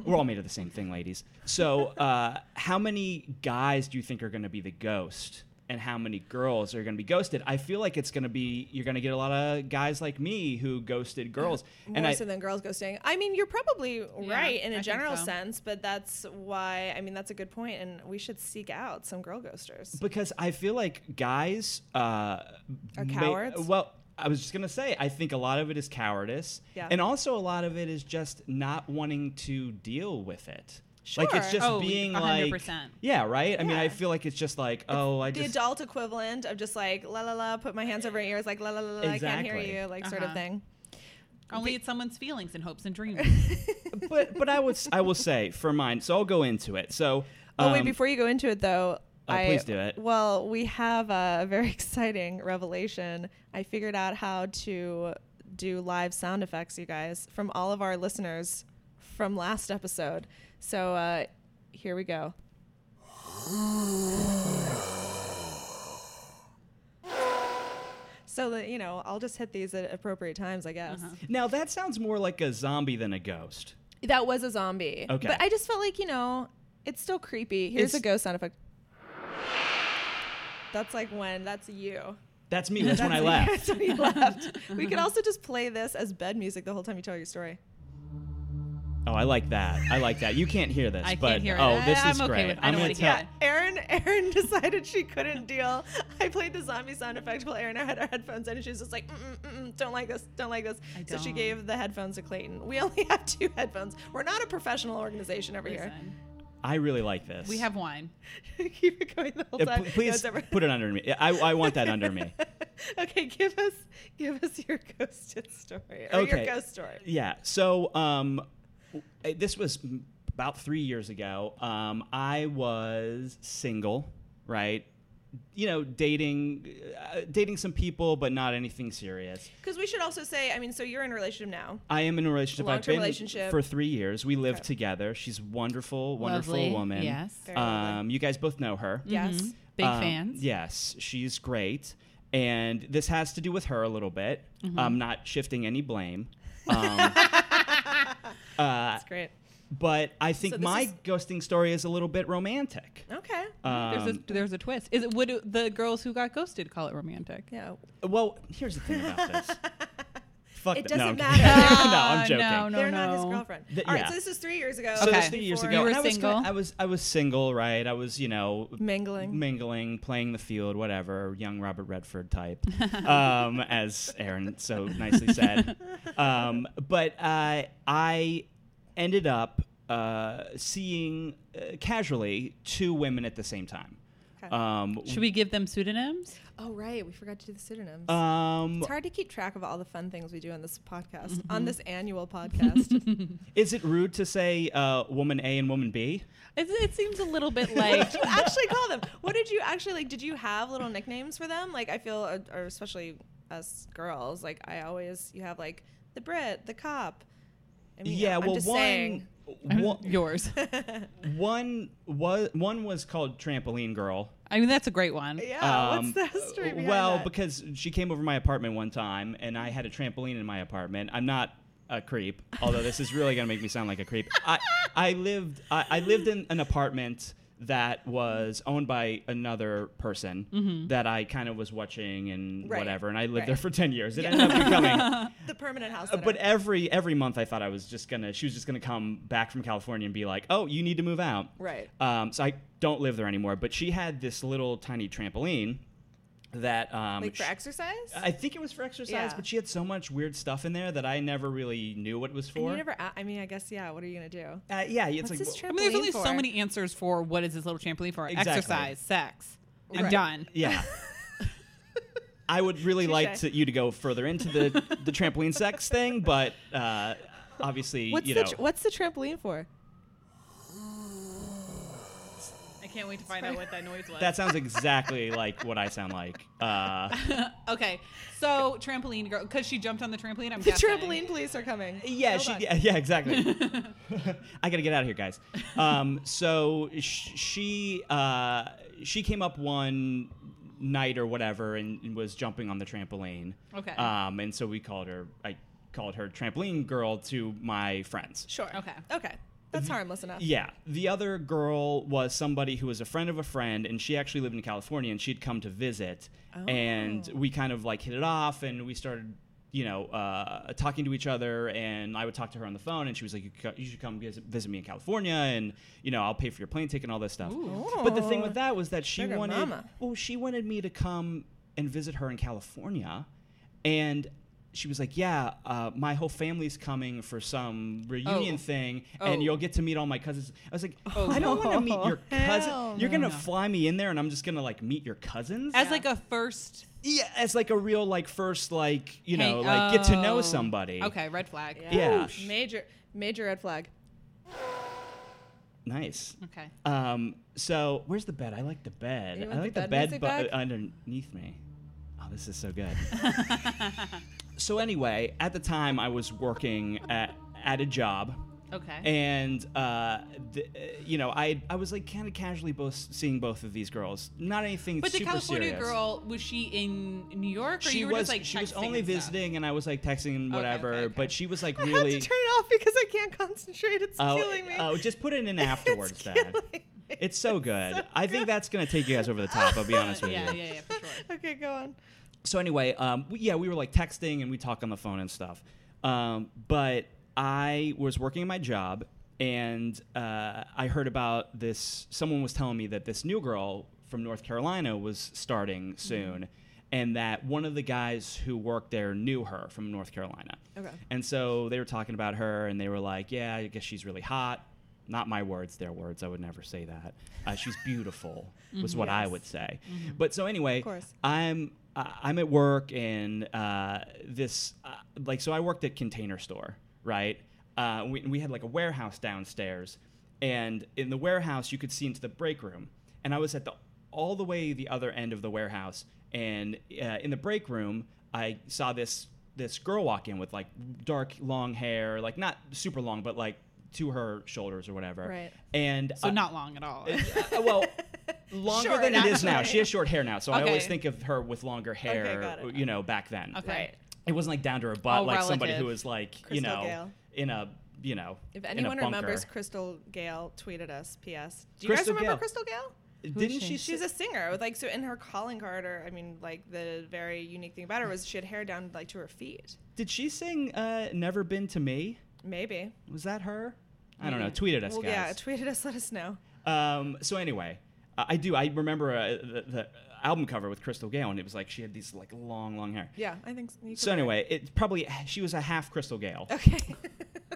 [SPEAKER 3] we're all made of the same thing, ladies. So, uh, how many guys do you think are going to be the ghost? And how many girls are going to be ghosted? I feel like it's going to be you're going to get a lot of guys like me who ghosted girls,
[SPEAKER 1] More
[SPEAKER 3] and I,
[SPEAKER 1] so than girls ghosting. I mean, you're probably right in a
[SPEAKER 2] I think
[SPEAKER 1] general
[SPEAKER 2] so.
[SPEAKER 1] sense, but that's why. I mean, that's a good point, and we should seek out some girl ghosters.
[SPEAKER 3] because I feel like guys uh,
[SPEAKER 1] Are
[SPEAKER 3] may-
[SPEAKER 1] cowards?
[SPEAKER 3] well, I was just gonna say I think a lot of it is cowardice,
[SPEAKER 1] Yeah.
[SPEAKER 3] and also a lot of it is just not wanting to deal with it. Like it's
[SPEAKER 1] Sure.
[SPEAKER 3] just
[SPEAKER 2] Oh,
[SPEAKER 3] being like,
[SPEAKER 2] 100%.
[SPEAKER 3] yeah, right. I mean, I
[SPEAKER 1] Yeah.
[SPEAKER 3] feel like it's just like, oh, I
[SPEAKER 1] the
[SPEAKER 3] just
[SPEAKER 1] adult equivalent of just like la la la, put my hands over my ears, like la la la, la I can't hear
[SPEAKER 3] Exactly.
[SPEAKER 1] you, like sort of
[SPEAKER 2] Uh-huh.
[SPEAKER 1] thing.
[SPEAKER 2] Only it's someone's feelings and hopes and dreams.
[SPEAKER 3] but but I would s- I will say for mine. So I'll go into it. So
[SPEAKER 1] Oh wait,
[SPEAKER 3] um,
[SPEAKER 1] before you go into it though,
[SPEAKER 3] Oh,
[SPEAKER 1] I,
[SPEAKER 3] please do it.
[SPEAKER 1] Well, we have a very exciting revelation. I figured out how to do live sound effects, you guys, from all of our listeners from last episode. So uh, here we go. So that you know, I'll just hit these at appropriate times, I guess.
[SPEAKER 3] now that sounds more like a zombie than a ghost.
[SPEAKER 1] That was a zombie.
[SPEAKER 3] Okay.
[SPEAKER 1] But I just felt like, you know, it's still creepy. Here's
[SPEAKER 3] It's-
[SPEAKER 1] a ghost sound effect. That's like when that's you.
[SPEAKER 3] That's me. That's when I
[SPEAKER 1] That's
[SPEAKER 3] left.
[SPEAKER 1] when you left. We could also just play this as bed music the whole time you tell your story.
[SPEAKER 3] Oh, I like that. I like that. You can't hear this,
[SPEAKER 2] I can't
[SPEAKER 3] but
[SPEAKER 2] hear it.
[SPEAKER 3] oh, this
[SPEAKER 2] I-
[SPEAKER 3] is
[SPEAKER 2] I'm okay
[SPEAKER 3] great.
[SPEAKER 2] with it. I
[SPEAKER 3] I'm
[SPEAKER 2] don't
[SPEAKER 3] gonna
[SPEAKER 2] wanna hear
[SPEAKER 3] tell.
[SPEAKER 2] it.
[SPEAKER 1] Erin Erin decided she couldn't deal. I played the zombie sound effect while Erin had her headphones in and she was just like, mm, mm, mm, don't like this, don't like this.
[SPEAKER 2] I
[SPEAKER 1] So she
[SPEAKER 2] don't.
[SPEAKER 1] gave the headphones to Clayton. We only have two headphones. We're not a professional organization over here.
[SPEAKER 2] Listen,
[SPEAKER 3] I really like this.
[SPEAKER 2] we have wine.
[SPEAKER 1] Keep it going the whole
[SPEAKER 3] Uh,
[SPEAKER 1] time.
[SPEAKER 3] pl-
[SPEAKER 1] No,
[SPEAKER 3] please
[SPEAKER 1] it's over.
[SPEAKER 3] put it under me. I, I want that under me.
[SPEAKER 1] okay, give us give us your ghosted story or
[SPEAKER 3] Okay.
[SPEAKER 1] your ghost story.
[SPEAKER 3] Yeah. So um, w- this was m- about three years ago. Um, I was single, right? You know, dating, uh, dating some people, but not anything serious.
[SPEAKER 1] Because we should also say, I mean, so you're in a relationship now.
[SPEAKER 3] I am in a relationship. I've
[SPEAKER 1] Long-term
[SPEAKER 3] been
[SPEAKER 1] relationship.
[SPEAKER 3] for three years. We live
[SPEAKER 1] Okay.
[SPEAKER 3] together. She's wonderful, wonderful
[SPEAKER 2] Lovely,
[SPEAKER 3] woman.
[SPEAKER 2] yes.
[SPEAKER 1] Very lovely.
[SPEAKER 3] Um, you guys both know her.
[SPEAKER 1] Yes.
[SPEAKER 2] Mhm. Big
[SPEAKER 3] Um,
[SPEAKER 2] fans.
[SPEAKER 3] Yes, she's great. And this has to do with her a little bit.
[SPEAKER 2] Mm-hmm.
[SPEAKER 3] I'm not shifting any blame. Um, uh,
[SPEAKER 1] That's great.
[SPEAKER 3] but I think
[SPEAKER 1] So this
[SPEAKER 3] my
[SPEAKER 1] is-
[SPEAKER 3] ghosting story is a little bit romantic.
[SPEAKER 1] Okay.
[SPEAKER 3] Um,
[SPEAKER 2] there's a there's a twist. Is it would it- the girls who got ghosted call it romantic?
[SPEAKER 1] Yeah.
[SPEAKER 3] well, here's the thing about this. Fuck
[SPEAKER 1] It
[SPEAKER 3] that- no,
[SPEAKER 1] doesn't
[SPEAKER 3] I'm kidding.
[SPEAKER 1] matter.
[SPEAKER 3] no, I'm
[SPEAKER 2] Ah,
[SPEAKER 3] joking.
[SPEAKER 2] no, no.
[SPEAKER 1] They're not his girlfriend.
[SPEAKER 3] Th-
[SPEAKER 1] All right,
[SPEAKER 3] yeah.
[SPEAKER 1] so this was three years ago.
[SPEAKER 3] So this
[SPEAKER 2] Okay.
[SPEAKER 3] was three years
[SPEAKER 1] Before-
[SPEAKER 3] ago,
[SPEAKER 2] You were
[SPEAKER 3] and I was kinda-
[SPEAKER 2] single?
[SPEAKER 3] I was I was single, right? I was you know
[SPEAKER 1] Mingling.
[SPEAKER 3] mingling, playing the field, whatever, young Robert Redford type, um, as Aaron so nicely said. Um, but uh, I ended up uh, seeing uh, casually two women at the same time.
[SPEAKER 1] Okay.
[SPEAKER 3] Um,
[SPEAKER 2] Should we give them pseudonyms?
[SPEAKER 1] oh right, we forgot to do the pseudonyms.
[SPEAKER 3] um,
[SPEAKER 1] it's hard to keep track of all the fun things we do on this podcast,
[SPEAKER 3] Mm-hmm.
[SPEAKER 1] on this annual podcast.
[SPEAKER 3] is it rude to say uh, woman A and woman B?
[SPEAKER 2] It, it seems a little bit like
[SPEAKER 1] you actually call them? What did you actually like? Did you have little nicknames for them? Like I feel, uh, or especially us girls, like I always you have like the Brit, the cop. I mean,
[SPEAKER 3] yeah,
[SPEAKER 1] I'm
[SPEAKER 3] well,
[SPEAKER 1] just
[SPEAKER 3] one,
[SPEAKER 1] saying.
[SPEAKER 3] one,
[SPEAKER 2] yours.
[SPEAKER 3] one was one was called trampoline girl.
[SPEAKER 2] I mean, that's a great one.
[SPEAKER 1] Yeah,
[SPEAKER 3] Um,
[SPEAKER 1] Oh, what's the history behind
[SPEAKER 3] Well,
[SPEAKER 1] that?
[SPEAKER 3] because she came over my apartment one time, and I had a trampoline in my apartment. I'm not a creep, although this is really gonna make me sound like a creep. I, I lived I, I lived in an apartment that was owned by another person that I kind of was watching and
[SPEAKER 1] Mm-hmm. Right,
[SPEAKER 3] whatever, and I lived
[SPEAKER 1] right.
[SPEAKER 3] there for ten years. It ended up becoming,
[SPEAKER 1] the permanent house. that
[SPEAKER 3] uh, but
[SPEAKER 1] I-
[SPEAKER 3] every every month I thought I was just gonna she was just gonna come back from California and be like, oh, you need to move out.
[SPEAKER 1] right.
[SPEAKER 3] Um, so I don't live there anymore, but she had this little tiny trampoline that um,
[SPEAKER 1] Like for
[SPEAKER 3] sh-
[SPEAKER 1] exercise?
[SPEAKER 3] I think it was for exercise,
[SPEAKER 1] Yeah.
[SPEAKER 3] but she had so much weird stuff in there that I never really knew what it was
[SPEAKER 1] and
[SPEAKER 3] for.
[SPEAKER 1] you never. a- I mean, I guess yeah. What are you gonna do?
[SPEAKER 3] uh, yeah,
[SPEAKER 1] What's
[SPEAKER 3] it's like
[SPEAKER 1] this
[SPEAKER 3] well,
[SPEAKER 2] I
[SPEAKER 1] trampoline
[SPEAKER 2] mean, there's only
[SPEAKER 1] for?
[SPEAKER 2] so many answers for what is this little trampoline for?
[SPEAKER 3] Exactly.
[SPEAKER 2] Exercise, sex. I'm
[SPEAKER 1] Right.
[SPEAKER 2] done.
[SPEAKER 3] yeah. I would really like
[SPEAKER 1] Touche.
[SPEAKER 3] to, you to go further into the the trampoline sex thing, but uh, obviously,
[SPEAKER 1] What's
[SPEAKER 3] you
[SPEAKER 1] the
[SPEAKER 3] know,
[SPEAKER 1] tr- what's the trampoline for?
[SPEAKER 2] I can't wait to find out what that noise was.
[SPEAKER 3] That sounds exactly like what I sound like. Uh,
[SPEAKER 2] okay, so trampoline girl, because she jumped on the trampoline. I'm
[SPEAKER 1] The
[SPEAKER 2] guessing.
[SPEAKER 1] trampoline police are coming.
[SPEAKER 3] yeah,
[SPEAKER 2] Hold
[SPEAKER 3] she,
[SPEAKER 2] on.
[SPEAKER 3] yeah, yeah, exactly. I gotta get out of here, guys. Um, so sh- she uh, she came up one night or whatever and, and was jumping on the trampoline.
[SPEAKER 2] Okay.
[SPEAKER 3] Um, and so we called her. I called her trampoline girl to my friends.
[SPEAKER 1] Sure.
[SPEAKER 2] Okay.
[SPEAKER 1] Okay. That's harmless enough.
[SPEAKER 3] Yeah. The other girl was somebody who was a friend of a friend, and she actually lived in California, and she'd come to visit. And
[SPEAKER 1] Oh.
[SPEAKER 3] we kind of like hit it off, and we started, you know, uh, talking to each other. And I would talk to her on the phone, and she was like, You, co- you should come vis- visit me in California, and, you know, I'll pay for your plane ticket and all this stuff. But the thing with that was that she
[SPEAKER 1] Sugar
[SPEAKER 3] wanted,
[SPEAKER 1] mama.
[SPEAKER 3] well, she wanted me to come and visit her in California, and she was like, "Yeah, uh, my whole family's coming for some reunion
[SPEAKER 2] Oh.
[SPEAKER 3] thing,
[SPEAKER 2] Oh.
[SPEAKER 3] and you'll get to meet all my cousins." I was like,
[SPEAKER 2] Oh,
[SPEAKER 3] "I don't want to meet your
[SPEAKER 1] Hell
[SPEAKER 3] cousin. You're gonna
[SPEAKER 2] no.
[SPEAKER 3] fly me in there, and I'm just gonna like meet your cousins."
[SPEAKER 2] As
[SPEAKER 1] Yeah.
[SPEAKER 2] like a first,
[SPEAKER 3] yeah, as like a real like first like you know
[SPEAKER 2] hang-
[SPEAKER 3] like get to know
[SPEAKER 2] Oh.
[SPEAKER 3] somebody.
[SPEAKER 2] Okay, red flag.
[SPEAKER 3] Yeah.
[SPEAKER 1] Ooh, Major major red flag.
[SPEAKER 3] nice.
[SPEAKER 2] Okay.
[SPEAKER 3] Um, so where's the bed? I like the bed.
[SPEAKER 1] You want
[SPEAKER 3] I
[SPEAKER 1] the
[SPEAKER 3] like the
[SPEAKER 1] bed
[SPEAKER 3] bed,
[SPEAKER 1] music
[SPEAKER 3] bu- uh,
[SPEAKER 1] back?
[SPEAKER 3] underneath me. Oh, this is so good. so anyway, at the time I was working at, at a job,
[SPEAKER 2] Okay.
[SPEAKER 3] and uh, th- uh, you know I I was like kind of casually both seeing both of these girls. Not anything
[SPEAKER 2] but the
[SPEAKER 3] super
[SPEAKER 2] California
[SPEAKER 3] serious.
[SPEAKER 2] girl was she in New York? Or
[SPEAKER 3] She
[SPEAKER 2] you were
[SPEAKER 3] was
[SPEAKER 2] just, like
[SPEAKER 3] she was
[SPEAKER 2] texting
[SPEAKER 3] only
[SPEAKER 2] and stuff?
[SPEAKER 3] visiting, and I was like texting and
[SPEAKER 2] Okay,
[SPEAKER 3] whatever.
[SPEAKER 2] okay, okay.
[SPEAKER 3] But she was like
[SPEAKER 1] I have to
[SPEAKER 3] really.
[SPEAKER 1] turn it off because I can't concentrate. It's
[SPEAKER 3] oh,
[SPEAKER 1] killing me.
[SPEAKER 3] oh, just put it in afterwards.
[SPEAKER 1] it's
[SPEAKER 3] then
[SPEAKER 1] killing me.
[SPEAKER 3] it's so good.
[SPEAKER 1] so
[SPEAKER 3] I think
[SPEAKER 1] good.
[SPEAKER 3] that's gonna take you guys over the top. I'll be honest with
[SPEAKER 2] Yeah,
[SPEAKER 3] you.
[SPEAKER 2] yeah, yeah, for sure.
[SPEAKER 1] okay, go on.
[SPEAKER 3] so anyway, um, we, yeah, we were like texting and we talk on the phone and stuff. Um, but I was working at my job and uh, I heard about this. Someone was telling me that this new girl from North Carolina was starting soon, and that one of the guys who worked there knew her from North Carolina.
[SPEAKER 1] Okay.
[SPEAKER 3] And so they were talking about her and they were like, "Yeah, I guess she's really hot." Not my words, their words. I would never say that. Uh, she's beautiful, was what I would say. But so anyway,
[SPEAKER 1] Of course.
[SPEAKER 3] I'm I- I'm at work and uh, this uh, like so I worked at Container Store, right? Uh, we we had like a warehouse downstairs, and in the warehouse you could see into the break room, and I was at the all the way the other end of the warehouse, and uh, in the break room I saw this this girl walk in with like dark long hair, like not super long, but like to her shoulders or whatever,
[SPEAKER 1] Right.
[SPEAKER 3] And
[SPEAKER 2] So
[SPEAKER 3] I-
[SPEAKER 2] not long at all.
[SPEAKER 3] uh, well, longer
[SPEAKER 1] Short,
[SPEAKER 3] than it
[SPEAKER 1] not
[SPEAKER 3] is now.
[SPEAKER 1] short.
[SPEAKER 3] She has short hair now, so I
[SPEAKER 2] Okay.
[SPEAKER 3] always think of her with longer
[SPEAKER 1] Okay,
[SPEAKER 3] hair.
[SPEAKER 1] got it.
[SPEAKER 3] you know, back then,
[SPEAKER 2] Okay.
[SPEAKER 1] Right.
[SPEAKER 3] it wasn't like down to her butt,
[SPEAKER 2] All
[SPEAKER 3] like somebody
[SPEAKER 2] relative.
[SPEAKER 3] who was like, you
[SPEAKER 1] Crystal
[SPEAKER 3] know,
[SPEAKER 1] Gale.
[SPEAKER 3] in a, you know,
[SPEAKER 1] If
[SPEAKER 3] in a
[SPEAKER 1] anyone
[SPEAKER 3] bunker.
[SPEAKER 1] remembers, Crystal Gale tweeted us. P.S. Do you guys
[SPEAKER 3] Crystal
[SPEAKER 1] remember
[SPEAKER 3] Gale.
[SPEAKER 1] Crystal Gale?
[SPEAKER 3] didn't
[SPEAKER 2] she?
[SPEAKER 3] she?
[SPEAKER 1] She was
[SPEAKER 3] say-
[SPEAKER 1] a singer with like so in her calling card, or I mean, like the very unique thing about her was she had hair down like to her feet.
[SPEAKER 3] did she sing uh, "Never Been to Me"?
[SPEAKER 1] Maybe.
[SPEAKER 3] Was that her? I don't know.
[SPEAKER 2] Maybe.
[SPEAKER 3] Tweeted us,
[SPEAKER 1] well,
[SPEAKER 3] guys.
[SPEAKER 1] yeah. Tweeted us. Let us know.
[SPEAKER 3] Um, so anyway, I I do. I remember uh, the, the album cover with Crystal Gale, and it was like she had these like long, long hair.
[SPEAKER 1] Yeah, I think so. You
[SPEAKER 3] So
[SPEAKER 1] could be right.
[SPEAKER 3] anyway, it probably she was a half Crystal Gale.
[SPEAKER 1] Okay.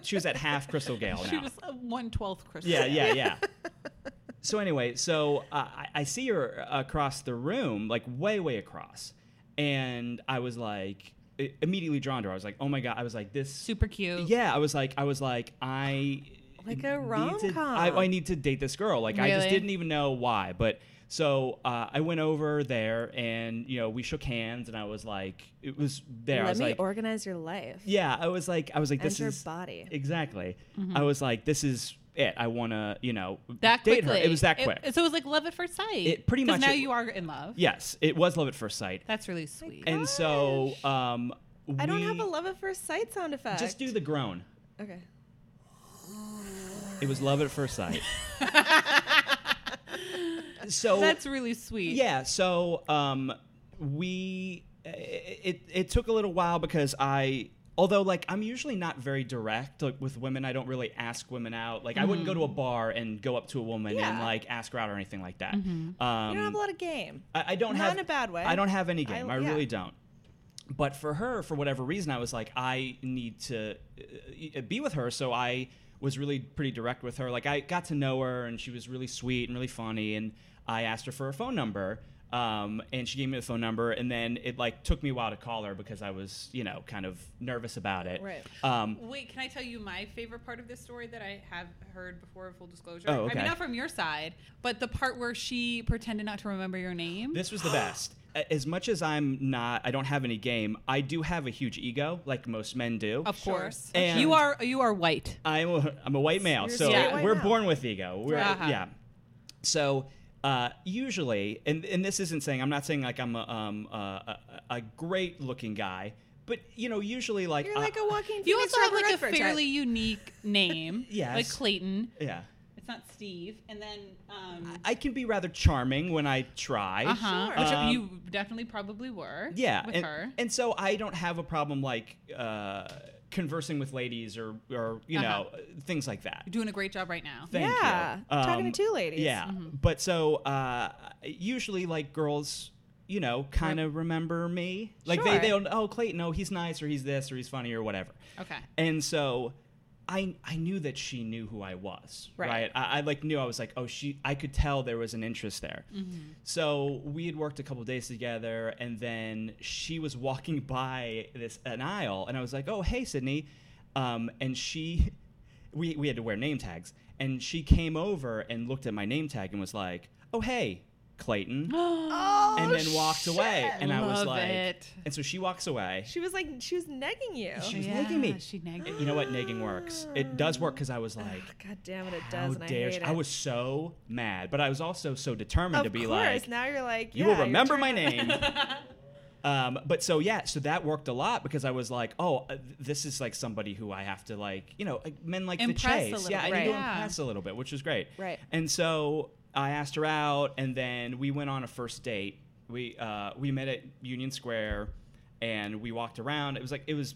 [SPEAKER 3] She was at half Crystal Gale now.
[SPEAKER 2] She was a one twelfth Christmas.
[SPEAKER 3] Oh, Yeah, yeah, yeah. so anyway, so uh, I, I see her across the room, like way, way across, and I was like i- immediately drawn to her. I was like, oh my god! I was like this.
[SPEAKER 2] Super cute.
[SPEAKER 3] Yeah, I was like, I was like, I
[SPEAKER 1] Like a
[SPEAKER 3] need to-
[SPEAKER 1] rom-com.
[SPEAKER 3] I, I need to date this girl. Like I just
[SPEAKER 2] Really?
[SPEAKER 3] didn't even know why, but. So uh, I went over there, and you know we shook hands, and I was like, it was there. I
[SPEAKER 1] Let
[SPEAKER 3] was
[SPEAKER 1] me
[SPEAKER 3] like,
[SPEAKER 1] organize your life.
[SPEAKER 3] yeah, I was like, I was like,
[SPEAKER 1] And
[SPEAKER 3] this
[SPEAKER 1] your
[SPEAKER 3] is
[SPEAKER 1] body.
[SPEAKER 3] exactly. I was like, this is it. I want to, you know,
[SPEAKER 2] That
[SPEAKER 3] date
[SPEAKER 2] quickly.
[SPEAKER 3] her. It was that quick.
[SPEAKER 2] so it was like love at first sight.
[SPEAKER 3] It- pretty
[SPEAKER 2] 'Cause
[SPEAKER 3] much
[SPEAKER 2] now
[SPEAKER 3] it-
[SPEAKER 2] you are in love.
[SPEAKER 3] yes, it was love at first sight.
[SPEAKER 2] That's really sweet.
[SPEAKER 1] God.
[SPEAKER 3] And so,
[SPEAKER 1] Gosh.
[SPEAKER 3] um,
[SPEAKER 1] I don't have
[SPEAKER 3] we-
[SPEAKER 1] a love at first sight sound effect.
[SPEAKER 3] Just do the groan.
[SPEAKER 1] Okay.
[SPEAKER 3] It was love at first sight. so
[SPEAKER 2] That's really sweet.
[SPEAKER 3] Yeah. So um, we it, it it took a little while because I although like I'm usually not very direct like with women. I don't really ask women out. Like I wouldn't go to a bar and go up to a woman and
[SPEAKER 1] Yeah.
[SPEAKER 3] like ask her out or anything like that.
[SPEAKER 1] You
[SPEAKER 3] Um,
[SPEAKER 1] don't have a lot of game.
[SPEAKER 3] I, I don't
[SPEAKER 1] Not
[SPEAKER 3] have
[SPEAKER 1] in a bad way.
[SPEAKER 3] I don't have any game. I,
[SPEAKER 1] I- yeah.
[SPEAKER 3] really don't. But for her, for whatever reason, I was like, I need to uh, be with her. So I was really pretty direct with her. Like I got to know her, and she was really sweet and really funny. And I asked her for her phone number. Um, and she gave me the phone number, and then it like took me a while to call her because I was, you know, kind of nervous about it.
[SPEAKER 1] Right.
[SPEAKER 3] Um,
[SPEAKER 2] Wait, can I tell you my favorite part of this story that I have heard before, full disclosure?
[SPEAKER 3] Oh,
[SPEAKER 2] I
[SPEAKER 3] okay.
[SPEAKER 2] mean, not from your side, but the part where she pretended not to remember your name.
[SPEAKER 3] This was the best. A- As much as I'm not, I don't have any game. I do have a huge ego, like most men do.
[SPEAKER 2] of course.
[SPEAKER 3] And-
[SPEAKER 2] you are you are white.
[SPEAKER 3] I'm a, I'm a white male,
[SPEAKER 1] You're
[SPEAKER 3] so
[SPEAKER 2] straight
[SPEAKER 1] white
[SPEAKER 3] we're
[SPEAKER 1] male.
[SPEAKER 3] born with ego. We're,
[SPEAKER 2] Uh-huh.
[SPEAKER 3] Yeah. So uh, usually, and and this isn't saying I'm not saying like I'm a, um, a, a, a great looking guy, but you know, usually like uh,
[SPEAKER 1] You're
[SPEAKER 3] I-
[SPEAKER 1] like a walking.
[SPEAKER 2] You
[SPEAKER 1] Phoenix
[SPEAKER 2] also have
[SPEAKER 1] Robert
[SPEAKER 2] like a
[SPEAKER 1] Redford type.
[SPEAKER 2] fairly unique name.
[SPEAKER 3] Yes.
[SPEAKER 2] Like Clayton.
[SPEAKER 3] yeah.
[SPEAKER 2] It's not Steve. And then um
[SPEAKER 3] I can be rather charming when I try.
[SPEAKER 2] uh-huh,
[SPEAKER 1] Sure.
[SPEAKER 2] which
[SPEAKER 3] Um,
[SPEAKER 2] you definitely probably were.
[SPEAKER 3] Yeah,
[SPEAKER 2] With
[SPEAKER 3] and,
[SPEAKER 2] her.
[SPEAKER 3] and so I don't have a problem like uh, conversing with ladies or or you
[SPEAKER 2] Uh-huh.
[SPEAKER 3] know things like that.
[SPEAKER 2] You're doing a great job right now.
[SPEAKER 3] Thank
[SPEAKER 1] Yeah,
[SPEAKER 3] you. Um,
[SPEAKER 1] talking to two ladies. Mm-hmm.
[SPEAKER 3] Yeah, but so uh, usually like girls, you know, kind of remember me. Like
[SPEAKER 1] Sure.
[SPEAKER 3] they they don't. Oh, Clayton. Oh, he's nice, or he's this, or he's funny, or whatever.
[SPEAKER 2] Okay.
[SPEAKER 3] And so. I, I knew that she knew who I was,
[SPEAKER 1] Right.
[SPEAKER 3] right? I, I like knew I was like, oh, she. I could tell there was an interest there.
[SPEAKER 1] Mm-hmm.
[SPEAKER 3] So we had worked a couple days together, and then she was walking by this an aisle, and I was like, "Oh, hey, Sydney," um, and she, we we had to wear name tags, and she came over and looked at my name tag and was like, "Oh, hey, Clayton,"
[SPEAKER 1] Oh,
[SPEAKER 3] and then walked
[SPEAKER 1] shit.
[SPEAKER 3] away, and I was
[SPEAKER 2] Love
[SPEAKER 3] like,
[SPEAKER 2] it.
[SPEAKER 3] and so she walks away.
[SPEAKER 1] She was like, she was negging you.
[SPEAKER 3] She was nagging me.
[SPEAKER 2] She nagged
[SPEAKER 3] You know what? Nagging works. It does work because I was like.
[SPEAKER 1] God damn it, it
[SPEAKER 3] How
[SPEAKER 1] does. and
[SPEAKER 3] dare
[SPEAKER 1] I hate
[SPEAKER 3] she?
[SPEAKER 1] it.
[SPEAKER 3] I was so mad, but I was also so determined
[SPEAKER 1] of
[SPEAKER 3] to be
[SPEAKER 1] course.
[SPEAKER 3] like,
[SPEAKER 1] now you're like,
[SPEAKER 3] you
[SPEAKER 1] yeah,
[SPEAKER 3] will
[SPEAKER 1] you're
[SPEAKER 3] remember my
[SPEAKER 1] trying to-
[SPEAKER 3] name. um, but so yeah, so that worked a lot because I was like, oh, uh, this is like somebody who I have to like, you know, uh, men like
[SPEAKER 2] Impress a
[SPEAKER 3] the chase.
[SPEAKER 2] little
[SPEAKER 3] yeah,
[SPEAKER 2] bit.
[SPEAKER 3] I need to
[SPEAKER 1] Right.
[SPEAKER 2] Yeah.
[SPEAKER 3] impress a little bit, which was great.
[SPEAKER 1] Right.
[SPEAKER 3] And so I asked her out, and then we went on a first date. We uh, we met at Union Square, and we walked around. It was like it was.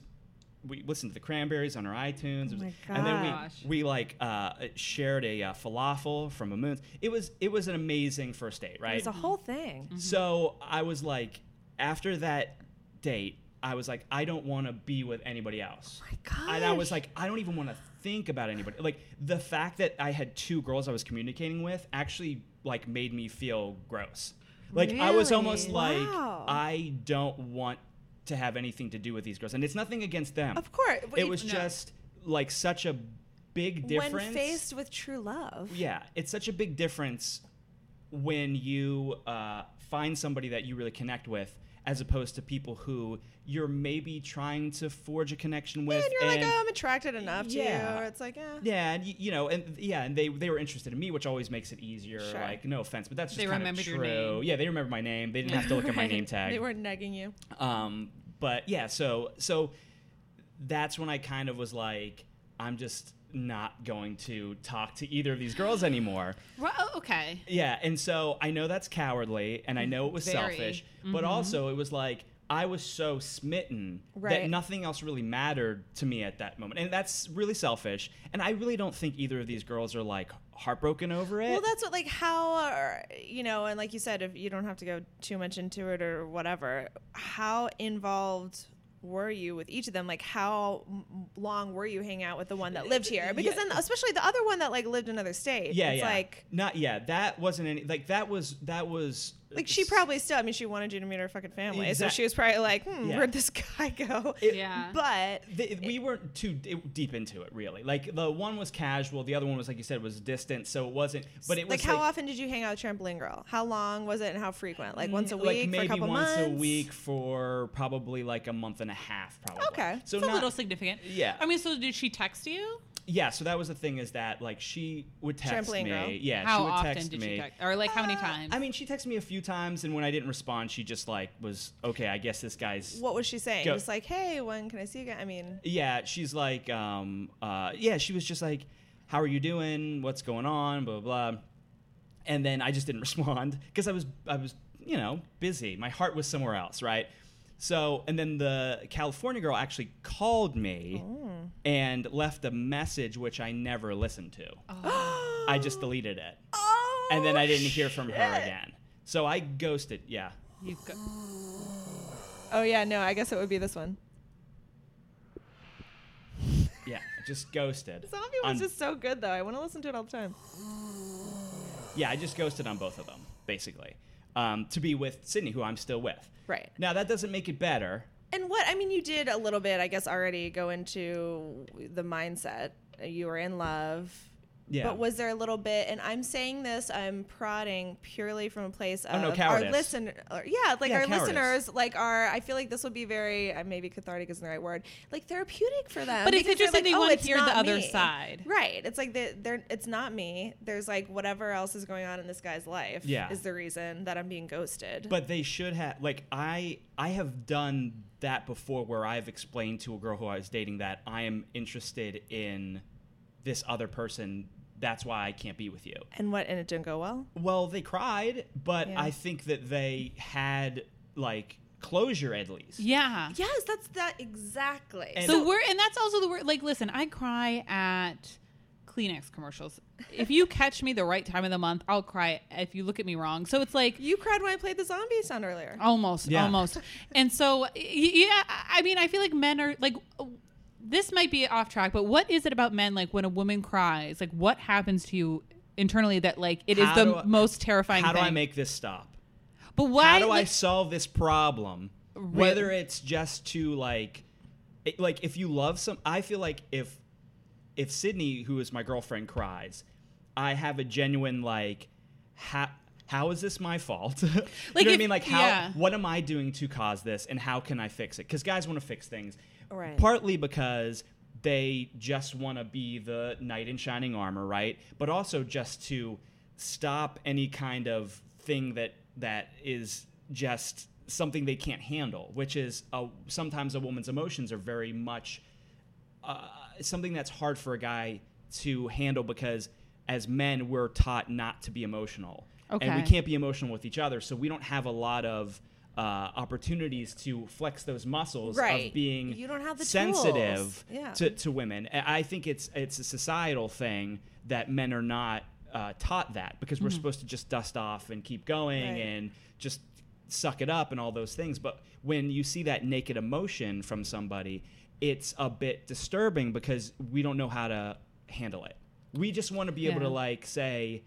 [SPEAKER 3] We listened to the Cranberries on our iTunes, It was-
[SPEAKER 1] my
[SPEAKER 3] and then
[SPEAKER 2] Oh gosh.
[SPEAKER 3] we we like uh, shared a uh, falafel from a moon. It was it was an amazing first date, right?
[SPEAKER 1] It was a whole thing.
[SPEAKER 3] Mm. So I was like, after that date, I was like, I don't want to be with anybody else.
[SPEAKER 1] Oh My God.
[SPEAKER 3] and I was like, I don't even want to think about anybody. Like the fact that I had two girls I was communicating with actually like made me feel gross. Like I was
[SPEAKER 2] Really?
[SPEAKER 3] almost like,
[SPEAKER 1] Wow.
[SPEAKER 3] I don't want to have anything to do with these girls, and it's nothing against them.
[SPEAKER 1] of course. but
[SPEAKER 3] it
[SPEAKER 1] you-
[SPEAKER 3] was
[SPEAKER 2] no.
[SPEAKER 3] just like such a big difference
[SPEAKER 1] when faced with true love.
[SPEAKER 3] yeah it's such a big difference when you uh, find somebody that you really connect with as opposed to people who you're maybe trying to forge a connection with
[SPEAKER 1] and you're like, oh, I'm attracted enough to
[SPEAKER 3] Yeah.
[SPEAKER 1] you. Or it's like, eh.
[SPEAKER 3] yeah and y- you know and yeah and they they were interested in me which always makes it easier
[SPEAKER 1] Sure.
[SPEAKER 3] like no offense but that's just
[SPEAKER 2] They
[SPEAKER 3] kind of
[SPEAKER 2] remembered
[SPEAKER 3] true
[SPEAKER 2] your name.
[SPEAKER 3] yeah they remember my name they didn't have to look at my
[SPEAKER 1] Right.
[SPEAKER 3] name tag
[SPEAKER 1] They were negging you.
[SPEAKER 3] um, but yeah, so so that's when I kind of was like, I'm just not going to talk to either of these girls anymore.
[SPEAKER 2] Ro- oh, okay.
[SPEAKER 3] Yeah, and so I know that's cowardly, and I know it was
[SPEAKER 2] Very.
[SPEAKER 3] selfish,
[SPEAKER 1] Mm-hmm.
[SPEAKER 3] but also it was like I was so smitten
[SPEAKER 1] Right.
[SPEAKER 3] that nothing else really mattered to me at that moment, and that's really selfish. And I really don't think either of these girls are like heartbroken over it.
[SPEAKER 1] Well, that's what, like, how, are, you know, and like you said, if you don't have to go too much into it or whatever, how involved were you with each of them? Like, how m- long were you hanging out with the one that lived here? Because
[SPEAKER 3] Yeah.
[SPEAKER 1] then, especially the other one that, like, lived in another state.
[SPEAKER 3] yeah,
[SPEAKER 1] it's
[SPEAKER 3] yeah.
[SPEAKER 1] like,
[SPEAKER 3] not yeah. That wasn't any like that was that was
[SPEAKER 1] like she probably still, I mean, she wanted you to meet her fucking family. So
[SPEAKER 3] Exact-
[SPEAKER 1] she was probably like, hmm,
[SPEAKER 3] Yeah.
[SPEAKER 1] where'd this guy go?
[SPEAKER 3] It-
[SPEAKER 2] Yeah.
[SPEAKER 1] But
[SPEAKER 3] the, we weren't too d- deep into it really like the one was casual the other one was like you said was distant so it wasn't but it
[SPEAKER 1] like
[SPEAKER 3] was
[SPEAKER 1] how often did you hang out with Trampoline Girl? How long was it and how frequent? Like once a week for
[SPEAKER 3] Mm, like maybe
[SPEAKER 1] a couple
[SPEAKER 3] once
[SPEAKER 1] months?
[SPEAKER 3] a week for probably like a month and a half probably
[SPEAKER 1] Okay.
[SPEAKER 3] so
[SPEAKER 2] it's
[SPEAKER 3] not
[SPEAKER 2] a little significant.
[SPEAKER 3] Yeah.
[SPEAKER 2] I mean, so did she text you?
[SPEAKER 3] yeah so that was the thing is that like she would text
[SPEAKER 1] Trampoline
[SPEAKER 3] me
[SPEAKER 1] Girl.
[SPEAKER 3] yeah
[SPEAKER 2] how
[SPEAKER 3] she would
[SPEAKER 2] often
[SPEAKER 3] text
[SPEAKER 2] did
[SPEAKER 3] me
[SPEAKER 2] she text? Or like how many
[SPEAKER 1] Uh,
[SPEAKER 2] times?
[SPEAKER 3] I mean, she texted me a few times, and when I didn't respond, she just like was okay. I guess this guy's
[SPEAKER 1] What was she saying?
[SPEAKER 3] Go-
[SPEAKER 1] Just like, hey, when can I see you again? I mean,
[SPEAKER 3] yeah, she's like, um, uh, yeah, she was just like, how are you doing? What's going on? Blah blah. blah. And then I just didn't respond because I was I was you know busy. My heart was somewhere else, right? So and then the California girl actually called me
[SPEAKER 1] Oh.
[SPEAKER 3] and left a message which I never listened to. I just deleted it,
[SPEAKER 1] oh,
[SPEAKER 3] and then I didn't hear from her
[SPEAKER 1] shit.
[SPEAKER 3] again. So I ghosted. Yeah.
[SPEAKER 2] You go-
[SPEAKER 1] Oh yeah, no, I guess it would be this one.
[SPEAKER 3] Yeah, just ghosted.
[SPEAKER 1] Zombie
[SPEAKER 3] on-
[SPEAKER 1] was just so good though. I want to listen to it all the time.
[SPEAKER 3] Yeah, I just ghosted on both of them, basically. um, to be with Sydney, who I'm still with.
[SPEAKER 1] Right.
[SPEAKER 3] Now that doesn't make it better.
[SPEAKER 1] And what I mean, you did a little bit, I guess, already go into the mindset. You were in love.
[SPEAKER 3] Yeah.
[SPEAKER 1] But was there a little bit? And I'm saying this, I'm prodding purely from a place of
[SPEAKER 3] Oh, no,
[SPEAKER 1] our
[SPEAKER 3] cowardice.
[SPEAKER 1] listener. or- Yeah, like
[SPEAKER 3] Yeah,
[SPEAKER 1] our
[SPEAKER 3] cowardice.
[SPEAKER 1] listeners, like our. I feel like this would be very uh, maybe cathartic isn't the right word, like therapeutic for them.
[SPEAKER 2] But it's
[SPEAKER 1] because they're
[SPEAKER 2] interesting they
[SPEAKER 1] oh,
[SPEAKER 2] wanna
[SPEAKER 1] it's
[SPEAKER 2] hear the
[SPEAKER 1] not
[SPEAKER 2] other
[SPEAKER 1] me.
[SPEAKER 2] side.
[SPEAKER 1] Right. It's like they, they're. It's not me. There's like whatever else is going on in this guy's life.
[SPEAKER 3] Yeah.
[SPEAKER 1] Is the reason that I'm being ghosted.
[SPEAKER 3] But they should have like I I have done that before where I've explained to a girl who I was dating that I am interested in this other person. That's why I can't be with you.
[SPEAKER 1] and what? And it didn't go well.
[SPEAKER 3] Well, they cried, but
[SPEAKER 1] Yeah.
[SPEAKER 3] I think that they had like closure at least.
[SPEAKER 2] Yeah.
[SPEAKER 1] Yes, that's that exactly.
[SPEAKER 3] And-
[SPEAKER 2] so, we're and that's also the word like listen i cry at kleenex commercials if you catch me the right time of the month i'll cry if you look at me wrong so it's like
[SPEAKER 1] you cried when I played the zombie sound earlier.
[SPEAKER 3] Oh.
[SPEAKER 2] almost
[SPEAKER 3] Yeah.
[SPEAKER 2] almost and so y- yeah i mean i feel like men are like this might be off track but what is it about men like when a woman cries like what happens to you internally that like it is
[SPEAKER 3] How
[SPEAKER 2] the
[SPEAKER 3] do I-
[SPEAKER 2] most terrifying
[SPEAKER 3] How do
[SPEAKER 2] thing
[SPEAKER 3] I make this stop?
[SPEAKER 2] but why
[SPEAKER 3] How do I
[SPEAKER 2] like,
[SPEAKER 3] solve this problem? Whether it's just to like, it, like if you love some, I feel like if if Sydney, who is my girlfriend, cries, I have a genuine like, how how is this my fault? like you know what I
[SPEAKER 2] if-
[SPEAKER 3] mean? Like how
[SPEAKER 2] yeah.
[SPEAKER 3] what am I doing to cause this, and how can I fix it? Because guys want to fix things,
[SPEAKER 1] Right.
[SPEAKER 3] partly because they just want to be the knight in shining armor, right? But also just to stop any kind of thing that that is just something they can't handle, which is a, sometimes a woman's emotions are very much uh, something that's hard for a guy to handle because as men we're taught not to be emotional and we
[SPEAKER 2] Okay.
[SPEAKER 3] can't be emotional with each other so we don't have a lot of uh, opportunities to flex those muscles
[SPEAKER 1] Right.
[SPEAKER 3] of being
[SPEAKER 1] You don't have the tools.
[SPEAKER 3] sensitive
[SPEAKER 1] Yeah.
[SPEAKER 3] to, to women. I I think it's it's a societal thing that men are not uh, taught that because we're supposed to just dust off and keep going
[SPEAKER 1] Mm-hmm. Right.
[SPEAKER 3] and just suck it up and all those things. But when you see that naked emotion from somebody, it's a bit disturbing because we don't know how to handle it. We just want to be able
[SPEAKER 2] Yeah.
[SPEAKER 3] to like say,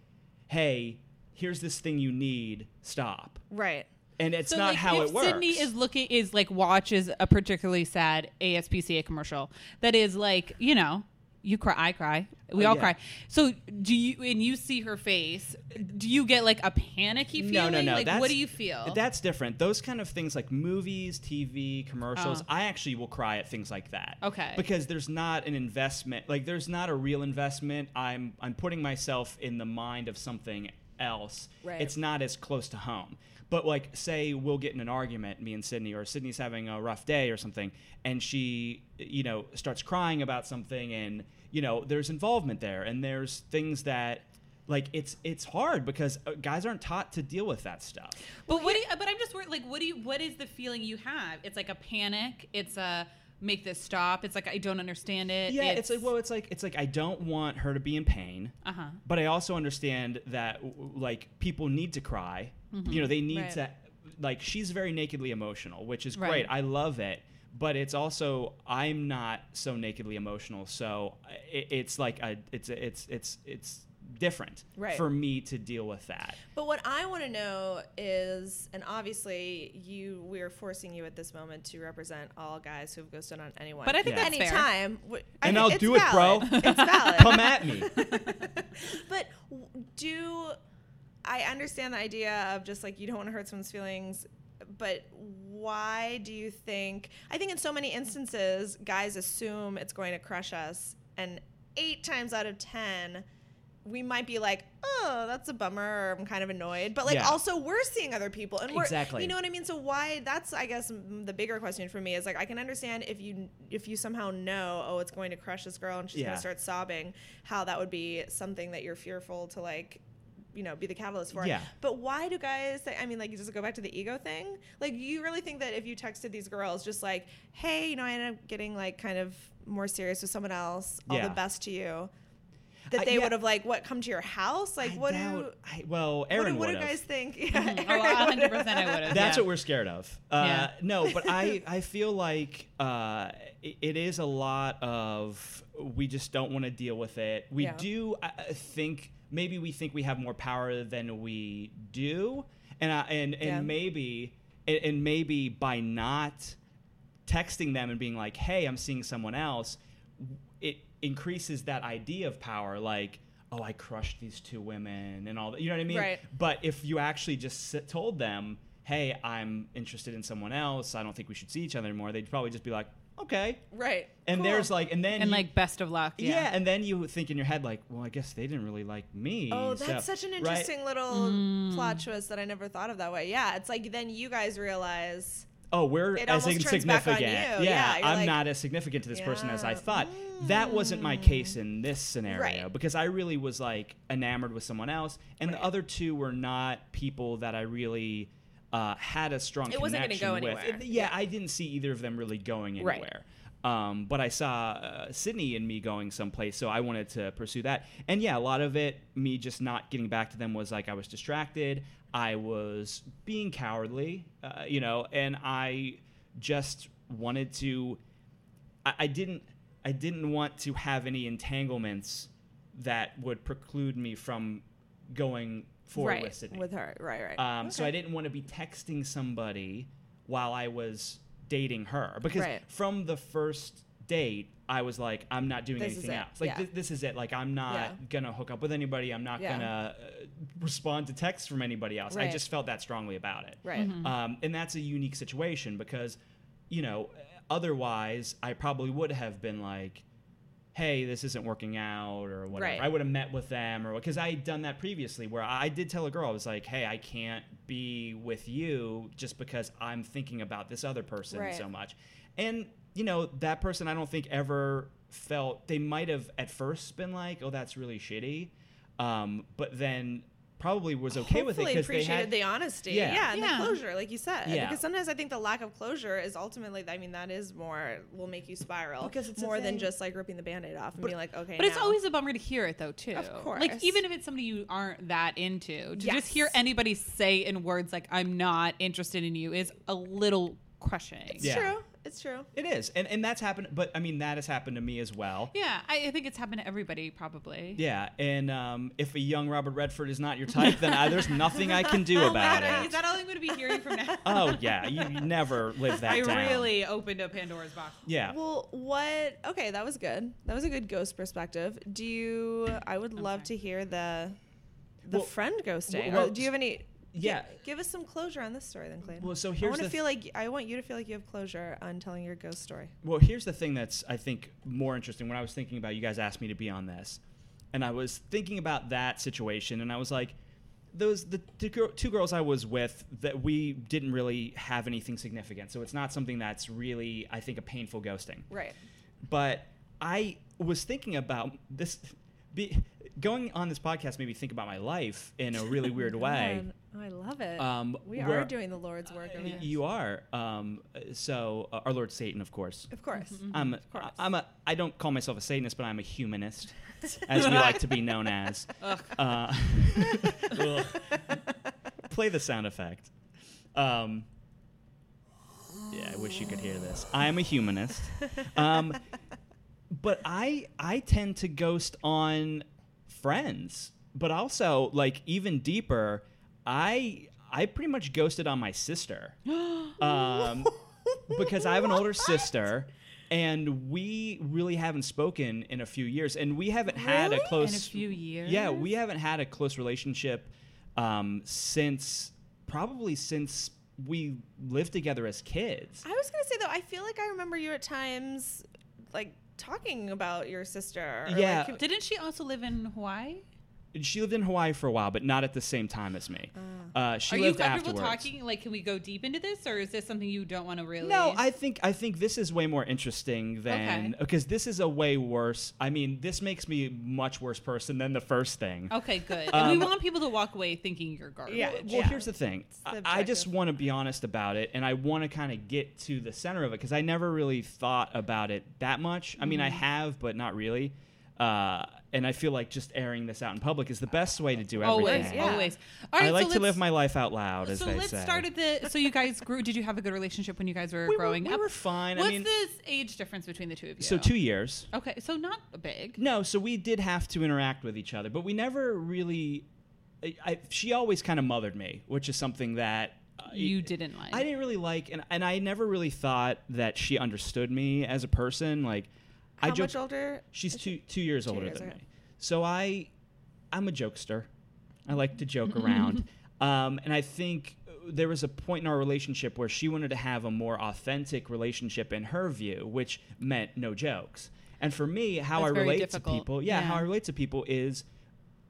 [SPEAKER 3] "Hey, here's this thing you need. Stop."
[SPEAKER 1] right.
[SPEAKER 3] And it's
[SPEAKER 2] So
[SPEAKER 3] not
[SPEAKER 2] like,
[SPEAKER 3] how
[SPEAKER 2] if
[SPEAKER 3] it works.
[SPEAKER 2] Sydney is looking is like watches a particularly sad ASPCA commercial that is like you know you cry I cry we
[SPEAKER 3] Oh,
[SPEAKER 2] all
[SPEAKER 3] yeah.
[SPEAKER 2] cry. So do you and you see her face? Do you get like a panicky feeling?
[SPEAKER 3] No, no, no.
[SPEAKER 2] Like
[SPEAKER 3] that's,
[SPEAKER 2] what do you feel?
[SPEAKER 3] That's different. Those kind of things like movies, TV, commercials,
[SPEAKER 2] Uh.
[SPEAKER 3] I actually will cry at things like that.
[SPEAKER 2] Okay.
[SPEAKER 3] Because there's not an investment. Like there's not a real investment. I'm I'm putting myself in the mind of something else.
[SPEAKER 1] Right.
[SPEAKER 3] It's not as close to home. But like say we'll get in an argument, me and Sydney, or Sydney's having a rough day or something, and she, you know, starts crying about something and you know, there's involvement there and there's things that like it's it's hard because uh, guys aren't taught to deal with that stuff.
[SPEAKER 2] but what? Do you, but I'm just worried. Like what do you? What is the feeling you have? It's like a panic. It's a make this stop. It's like I don't understand it.
[SPEAKER 3] Yeah, it's, like well, it's like it's like I don't want her to be in pain,
[SPEAKER 2] Uh
[SPEAKER 4] Uh-huh.
[SPEAKER 2] huh.
[SPEAKER 3] but I also understand that w- w- like people need to cry. You know, they need
[SPEAKER 1] Mm-hmm. Right.
[SPEAKER 3] to like she's very nakedly emotional, which is
[SPEAKER 2] Right.
[SPEAKER 3] great. I love it, but it's also I'm not so nakedly emotional, so i- it, it's like a it's a, it's it's it's different
[SPEAKER 1] Right.
[SPEAKER 3] for me to deal with that.
[SPEAKER 1] But what I want to know is, and obviously you, we are forcing you at this moment to represent all guys who have ghosted on anyone.
[SPEAKER 2] But I think
[SPEAKER 3] Yeah.
[SPEAKER 2] that's fair.
[SPEAKER 1] anytime, wh- I think
[SPEAKER 3] And I'll
[SPEAKER 1] it's
[SPEAKER 3] do it, bro.
[SPEAKER 1] valid. It's valid.
[SPEAKER 3] Come at me.
[SPEAKER 1] but w- do I understand the idea of just like you don't want to hurt someone's feelings, but why do you think? I think in so many instances, guys assume it's going to crush us, and eight times out of ten, we might be like, "Oh, that's a bummer," or "I'm kind of annoyed," but like
[SPEAKER 3] Yeah.
[SPEAKER 1] also we're seeing other people, and we're
[SPEAKER 3] Exactly.
[SPEAKER 1] you know what I mean. So why? That's I guess m- the bigger question for me is like I can understand if you if you somehow know, oh, it's going to crush this girl, and she's
[SPEAKER 3] Yeah.
[SPEAKER 1] gonna start sobbing, how that would be something that you're fearful to like, you know, be the catalyst for.
[SPEAKER 3] Yeah.
[SPEAKER 1] But why do guys say, I mean, like, does it go back to the ego thing? Like, you really think that if you texted these girls, just like, hey, you know, I ended up getting like kind of more serious with someone else, all
[SPEAKER 3] Yeah.
[SPEAKER 1] the best to you, that
[SPEAKER 3] I-
[SPEAKER 1] they
[SPEAKER 3] yeah.
[SPEAKER 1] would have like, what, come to your house? Like,
[SPEAKER 3] I
[SPEAKER 1] what do.
[SPEAKER 3] doubt- I, well,
[SPEAKER 1] What
[SPEAKER 3] Aaron
[SPEAKER 1] do, what do
[SPEAKER 3] would've.
[SPEAKER 1] guys think? Yeah,
[SPEAKER 2] Mm. Oh,
[SPEAKER 1] Aaron would've.
[SPEAKER 2] 100 percent I would have.
[SPEAKER 3] That's
[SPEAKER 2] yeah.
[SPEAKER 3] what we're scared of. Uh,
[SPEAKER 2] Yeah.
[SPEAKER 3] No, but I, I feel like uh, it, it is a lot of we just don't want to deal with it. We
[SPEAKER 1] Yeah.
[SPEAKER 3] do I, I think maybe we think we have more power than we do. and I, and and
[SPEAKER 1] Yeah.
[SPEAKER 3] maybe and, and maybe by not texting them and being like, "Hey, I'm seeing someone else," it increases that idea of power. Like, "Oh, I crushed these two women," and all that. You know what I mean?
[SPEAKER 1] Right.
[SPEAKER 3] But if you actually just s told them, "Hey, I'm interested in someone else. I don't think we should see each other anymore," they'd probably just be like, "Okay."
[SPEAKER 1] Right.
[SPEAKER 3] And
[SPEAKER 1] Cool.
[SPEAKER 3] there's like, and then
[SPEAKER 4] and
[SPEAKER 3] you-
[SPEAKER 4] like best of luck.
[SPEAKER 3] yeah.
[SPEAKER 4] Yeah.
[SPEAKER 3] and then you think in your head like, well, I guess they didn't really like me.
[SPEAKER 1] Oh,
[SPEAKER 3] so-
[SPEAKER 1] that's such an
[SPEAKER 3] right?
[SPEAKER 1] interesting little
[SPEAKER 2] Mm-hmm.
[SPEAKER 1] plot twist that I never thought of that way. Yeah, it's like then you guys realize.
[SPEAKER 3] Oh, we're
[SPEAKER 1] It
[SPEAKER 3] as
[SPEAKER 1] almost turns back
[SPEAKER 3] insignificant.
[SPEAKER 1] on you.
[SPEAKER 3] Yeah,
[SPEAKER 1] Yeah, you're
[SPEAKER 3] I'm
[SPEAKER 1] like-
[SPEAKER 3] not as significant to this person as I
[SPEAKER 1] Yeah.
[SPEAKER 3] thought. That wasn't my case in this scenario
[SPEAKER 1] Right.
[SPEAKER 3] because I really was like enamored with someone else, and
[SPEAKER 1] Right.
[SPEAKER 3] the other two were not people that I really. Uh, had a strong
[SPEAKER 1] It wasn't gonna
[SPEAKER 3] connection
[SPEAKER 1] go
[SPEAKER 3] with.
[SPEAKER 1] anywhere.
[SPEAKER 3] It- yeah, I didn't see either of them really going
[SPEAKER 4] Right.
[SPEAKER 3] anywhere. Um, but I saw uh, Sydney and me going someplace, so I wanted to pursue that. And yeah, a lot of it, me just not getting back to them was like I was distracted, I was being cowardly, uh, you know, and I just wanted to. I, I didn't. I didn't want to have any entanglements that would preclude me from going forward
[SPEAKER 1] right.
[SPEAKER 3] with Sydney.
[SPEAKER 1] With her. Right, right.
[SPEAKER 3] Um, So
[SPEAKER 1] Okay.
[SPEAKER 3] I didn't want to be texting somebody while I was dating her because
[SPEAKER 1] Right.
[SPEAKER 3] from the first date, I was like, I'm not doing
[SPEAKER 1] This is
[SPEAKER 3] anything
[SPEAKER 1] it.
[SPEAKER 3] else. Like
[SPEAKER 1] Yeah.
[SPEAKER 3] thi- this is it. Like I'm not
[SPEAKER 1] Yeah.
[SPEAKER 3] gonna hook up with anybody. I'm not
[SPEAKER 1] Yeah.
[SPEAKER 3] gonna uh, respond to texts from anybody else. I
[SPEAKER 1] Right.
[SPEAKER 3] just felt that strongly about
[SPEAKER 2] Mm-hmm.
[SPEAKER 3] it.
[SPEAKER 1] Right.
[SPEAKER 3] Um, and that's a unique situation because, you know, otherwise I probably would have been like, hey, this isn't working out or whatever.
[SPEAKER 1] Right.
[SPEAKER 3] I would have met with them or because I had done that previously where I I did tell a girl, I was like, hey, I can't be with you just because I'm thinking about this other person
[SPEAKER 1] Right.
[SPEAKER 3] so much. And, you know, that person I don't think ever felt, they might have at first been like, oh, that's really shitty. Um, but then probably was okay with it
[SPEAKER 1] Hopefully
[SPEAKER 3] because they
[SPEAKER 1] appreciated
[SPEAKER 3] had
[SPEAKER 1] the honesty.
[SPEAKER 3] Yeah.
[SPEAKER 1] Yeah, and
[SPEAKER 2] Yeah.
[SPEAKER 1] the closure, like you said.
[SPEAKER 3] Yeah.
[SPEAKER 1] Because sometimes I think the lack of closure is ultimately, I mean, that is more, will make you spiral.
[SPEAKER 3] Because it's a
[SPEAKER 1] more than
[SPEAKER 3] thing.
[SPEAKER 1] just like ripping the band aid off and being like, okay.
[SPEAKER 4] But it's
[SPEAKER 1] now.
[SPEAKER 4] always a bummer to hear it though too.
[SPEAKER 1] Of course.
[SPEAKER 4] Like even if it's somebody you aren't that into, to just hear
[SPEAKER 1] Yes.
[SPEAKER 4] anybody say in words like "I'm not interested in you" is a little crushing.
[SPEAKER 1] It's
[SPEAKER 3] Yeah.
[SPEAKER 1] true. It's true.
[SPEAKER 3] It is, and and that's happened. But I mean, that has happened to me as well.
[SPEAKER 4] Yeah, I, I think it's happened to everybody probably.
[SPEAKER 3] Yeah, and um, if a young Robert Redford is not your type, then I, there's nothing I can do about
[SPEAKER 2] Is
[SPEAKER 3] it.
[SPEAKER 2] that all I'm going to be hearing from now?
[SPEAKER 3] Oh yeah, you you never live that
[SPEAKER 2] I
[SPEAKER 3] down.
[SPEAKER 2] really opened up Pandora's box.
[SPEAKER 3] Yeah.
[SPEAKER 1] Well, what? Okay, that was good. That was a good ghost perspective. Do you? I would love to hear the the
[SPEAKER 3] Well,
[SPEAKER 1] friend ghosting.
[SPEAKER 3] well,
[SPEAKER 1] or do you have any?
[SPEAKER 3] yeah.
[SPEAKER 1] gi- Give us some closure on this story, then, Clayton.
[SPEAKER 3] Well, so
[SPEAKER 1] I
[SPEAKER 3] here's
[SPEAKER 1] want
[SPEAKER 3] the
[SPEAKER 1] to
[SPEAKER 3] th-
[SPEAKER 1] feel like I want you to feel like you have closure on telling your ghost story.
[SPEAKER 3] Well, here's the thing that's I think more interesting. When I was thinking about you guys asked me to be on this, and I was thinking about that situation, and I was like, those the two, gir- two girls I was with that we didn't really have anything significant, so it's not something that's really I think a painful ghosting.
[SPEAKER 1] Right.
[SPEAKER 3] but I was thinking about this. Be, going on this podcast made me think about my life in a really weird way.
[SPEAKER 1] Oh, I love it.
[SPEAKER 3] Um,
[SPEAKER 1] we are
[SPEAKER 3] where-
[SPEAKER 1] doing the Lord's work. over
[SPEAKER 3] Y-
[SPEAKER 1] here.
[SPEAKER 3] You are. Um, so, uh, our Lord Satan, of course.
[SPEAKER 1] Mm-hmm, Of course.
[SPEAKER 3] I'm, a,
[SPEAKER 1] course.
[SPEAKER 3] I'm a. I don't call myself a Satanist, but I'm a humanist, as we like to be known as. Uh, ugh. play the sound effect. Um, yeah, I wish you could hear this. I am a humanist, um, but I I tend to ghost on friends, but also like even deeper, I I pretty much ghosted on my sister. Um, because I have an older sister, and we really haven't spoken in a few years, and we haven't had a
[SPEAKER 4] Really?
[SPEAKER 3] close
[SPEAKER 4] In a few years?
[SPEAKER 3] Yeah, we haven't had a close relationship um, since probably since we lived together as kids.
[SPEAKER 1] I was gonna say though, I feel like I remember you at times, like talking about your sister. or, like,
[SPEAKER 3] Yeah.
[SPEAKER 1] commu-
[SPEAKER 2] Didn't she also live in Hawaii?
[SPEAKER 3] She lived in Hawaii for a while, but not at the same time as me. Uh, she
[SPEAKER 2] Are you
[SPEAKER 3] lived
[SPEAKER 2] comfortable
[SPEAKER 3] afterwards.
[SPEAKER 2] talking? Like, can we go deep into this, or is this something you don't want to really?
[SPEAKER 3] No, I think I think this is way more interesting than
[SPEAKER 2] Okay.
[SPEAKER 3] because this is a way worse. I mean, this makes me a much worse person than the first thing.
[SPEAKER 2] Okay, good.
[SPEAKER 3] Um,
[SPEAKER 2] and we want people to walk away thinking you're garbage.
[SPEAKER 1] Yeah.
[SPEAKER 3] Well, here's the thing. I, I just
[SPEAKER 1] subjective.
[SPEAKER 3] want to be honest about it, and I want to kind of get to the center of it because I never really thought about it that much. I mean, I have, but not really. Uh, and I feel like just airing this out in public is the best way to do everything.
[SPEAKER 2] Always,
[SPEAKER 1] yeah.
[SPEAKER 2] always. All right,
[SPEAKER 3] I like
[SPEAKER 2] so
[SPEAKER 3] to live
[SPEAKER 2] let's-
[SPEAKER 3] my life out loud, as
[SPEAKER 2] So
[SPEAKER 3] they
[SPEAKER 2] let's
[SPEAKER 3] say.
[SPEAKER 2] start at the. So you guys grew. Did you have a good relationship when you guys were
[SPEAKER 3] we
[SPEAKER 2] growing
[SPEAKER 3] were, we
[SPEAKER 2] up?
[SPEAKER 3] were fine.
[SPEAKER 2] What's
[SPEAKER 3] I mean,
[SPEAKER 2] this age difference between the two of you?
[SPEAKER 3] so two years.
[SPEAKER 2] Okay, so not big.
[SPEAKER 3] No, so we did have to interact with each other, but we never really I, I, she always kind of mothered me, which is something that uh,
[SPEAKER 4] You didn't like.
[SPEAKER 3] I didn't really like, and and I never really thought that she understood me as a person. Like,
[SPEAKER 1] How
[SPEAKER 3] I joke.
[SPEAKER 1] much older?
[SPEAKER 3] She's
[SPEAKER 1] is
[SPEAKER 3] two
[SPEAKER 1] she?
[SPEAKER 3] two years older
[SPEAKER 1] years,
[SPEAKER 3] than
[SPEAKER 1] okay.
[SPEAKER 3] me, so I I'm a jokester. I like to joke around, um, and I think there was a point in our relationship where she wanted to have a more authentic relationship in her view, which meant no jokes. And for me, how
[SPEAKER 4] That's
[SPEAKER 3] I
[SPEAKER 4] very
[SPEAKER 3] relate
[SPEAKER 4] difficult.
[SPEAKER 3] to people, yeah, how
[SPEAKER 4] Yeah.
[SPEAKER 3] I relate to people is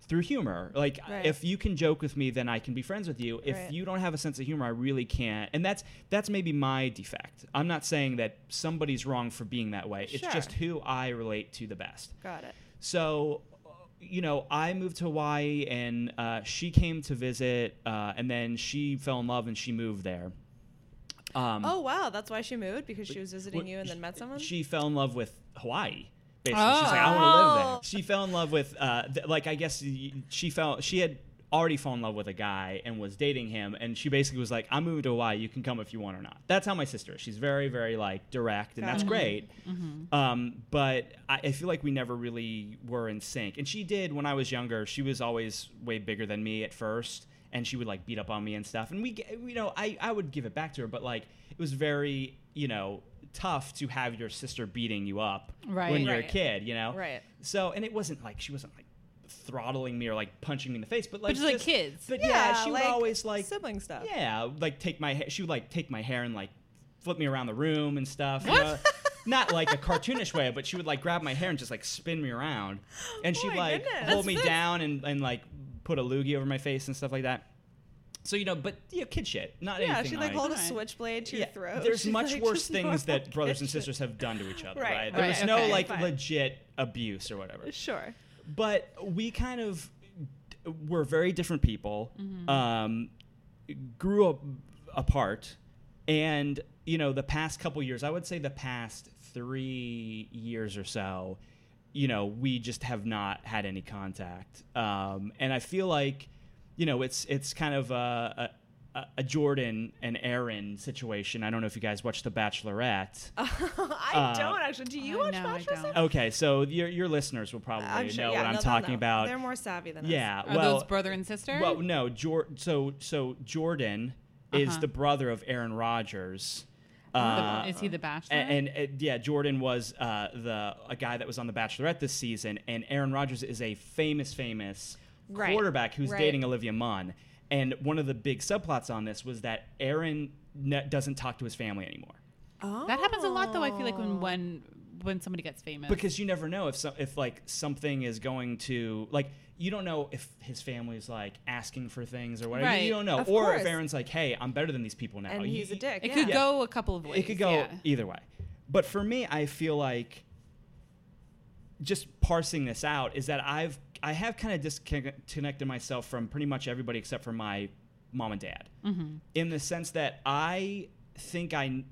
[SPEAKER 3] through humor. Like
[SPEAKER 1] Right.
[SPEAKER 3] if you can joke with me, then I can be friends with you. If
[SPEAKER 1] Right.
[SPEAKER 3] you don't have a sense of humor, I really can't. And that's that's maybe my defect. I'm not saying that somebody's wrong for being that way.
[SPEAKER 1] Sure.
[SPEAKER 3] It's just who I relate to the best.
[SPEAKER 1] Got it.
[SPEAKER 3] So, uh, you know, I moved to Hawaii and uh, she came to visit, uh, and then she fell in love and she moved there. Um,
[SPEAKER 1] Oh wow, that's why she moved because she was visiting
[SPEAKER 3] well,
[SPEAKER 1] you and then
[SPEAKER 3] sh-
[SPEAKER 1] met someone.
[SPEAKER 3] She fell in love with Hawaii. Basically, she's like, I want
[SPEAKER 1] Oh.
[SPEAKER 3] to live there. She fell in love with, uh, th- like, I guess y- she fell. She had already fallen in love with a guy and was dating him, and she basically was like, "I'm moving to Hawaii. You can come if you want or not." That's how my sister is. She's very, very like direct, and
[SPEAKER 1] Got
[SPEAKER 3] that's
[SPEAKER 1] it. Mm-hmm.
[SPEAKER 3] great. Um, but I, I feel like we never really were in sync. And she did when I was younger. She was always way bigger than me at first. And she would like beat up on me and stuff. And we, g- you know, I, I would give it back to her, but like it was very, you know, tough to have your sister beating you up
[SPEAKER 2] Right.
[SPEAKER 3] when you're
[SPEAKER 1] Right.
[SPEAKER 3] a kid, you know?
[SPEAKER 1] Right.
[SPEAKER 3] So, and it wasn't like she wasn't like throttling me or like punching me in the face, but like,
[SPEAKER 4] just like kids.
[SPEAKER 3] But yeah, she would always like,
[SPEAKER 1] sibling stuff.
[SPEAKER 3] yeah, like take my ha- she would like take my hair and like flip me around the room and stuff. you know? Not like a cartoonish way, but she would like grab my hair and just like spin me around, and
[SPEAKER 1] Oh
[SPEAKER 3] she'd
[SPEAKER 1] my
[SPEAKER 3] like
[SPEAKER 1] goodness. That's-
[SPEAKER 3] hold me
[SPEAKER 1] that's-
[SPEAKER 3] down and and like put a loogie over my face and stuff like that. So you know, but you know, kid shit, not
[SPEAKER 1] Yeah,
[SPEAKER 3] anything.
[SPEAKER 1] she like
[SPEAKER 3] like
[SPEAKER 1] hold a
[SPEAKER 2] Alright.
[SPEAKER 1] switchblade to
[SPEAKER 3] yeah,
[SPEAKER 1] your throat.
[SPEAKER 3] There's
[SPEAKER 1] She's,
[SPEAKER 3] much
[SPEAKER 1] like,
[SPEAKER 3] worse
[SPEAKER 1] just
[SPEAKER 3] things
[SPEAKER 1] normal
[SPEAKER 3] that brothers and
[SPEAKER 1] kid shit.
[SPEAKER 3] sisters have done to each other.
[SPEAKER 1] Right,
[SPEAKER 3] Right. There
[SPEAKER 1] right,
[SPEAKER 3] was no
[SPEAKER 4] okay,
[SPEAKER 3] like
[SPEAKER 1] fine.
[SPEAKER 3] legit abuse or whatever
[SPEAKER 1] Sure.
[SPEAKER 3] but we kind of d- were very different people
[SPEAKER 1] Mm-hmm.
[SPEAKER 3] um, grew up apart and you know the past couple years i would say the past three years or so you know we just have not had any contact um, and i feel like you know it's it's kind of a, a, a jordan and aaron situation i don't know if you guys watched the bachelorette
[SPEAKER 1] Oh. I
[SPEAKER 3] Uh,
[SPEAKER 1] don't actually. Do you
[SPEAKER 4] I
[SPEAKER 1] watch
[SPEAKER 4] know, I
[SPEAKER 1] Bachelor
[SPEAKER 4] don't.
[SPEAKER 1] Sex?
[SPEAKER 3] okay so your, your listeners will probably
[SPEAKER 1] I'm sure-
[SPEAKER 3] know
[SPEAKER 1] yeah,
[SPEAKER 3] what i'm
[SPEAKER 1] no, they'll
[SPEAKER 3] talking
[SPEAKER 1] know.
[SPEAKER 3] about
[SPEAKER 1] They're more savvy than us.
[SPEAKER 3] yeah
[SPEAKER 4] Are
[SPEAKER 3] well
[SPEAKER 4] those brother and sister?
[SPEAKER 3] Well, no, Jor- so so Jordan is
[SPEAKER 4] Uh-huh.
[SPEAKER 3] the brother of Aaron Rodgers. Uh,
[SPEAKER 4] The- is he the bachelor?
[SPEAKER 3] and, and, uh, yeah, Jordan was uh, the a guy that was on The Bachelorette this season, and Aaron Rodgers is a famous, famous
[SPEAKER 1] Right.
[SPEAKER 3] quarterback who's
[SPEAKER 1] Right.
[SPEAKER 3] dating Olivia Munn. And one of the big subplots on this was that Aaron ne- doesn't talk to his family anymore.
[SPEAKER 1] Oh.
[SPEAKER 4] that happens a lot, though. I feel like when when when somebody gets famous,
[SPEAKER 3] because you never know if some, if like something is going to like you don't know if his family's like asking for things or whatever.
[SPEAKER 4] Right.
[SPEAKER 3] You don't know,
[SPEAKER 1] Of
[SPEAKER 3] or
[SPEAKER 1] course.
[SPEAKER 3] if Aaron's like, "Hey, I'm better than these people now."
[SPEAKER 1] And
[SPEAKER 3] You-
[SPEAKER 1] he's a dick.
[SPEAKER 4] it
[SPEAKER 1] yeah.
[SPEAKER 4] could
[SPEAKER 3] Yeah.
[SPEAKER 4] go a couple of ways.
[SPEAKER 3] It could go e-
[SPEAKER 4] yeah.
[SPEAKER 3] either way. But for me, I feel like just parsing this out is that I've I have kind of disconnected myself from pretty much everybody except for my mom and dad,
[SPEAKER 4] Mm-hmm.
[SPEAKER 3] in the sense that I think I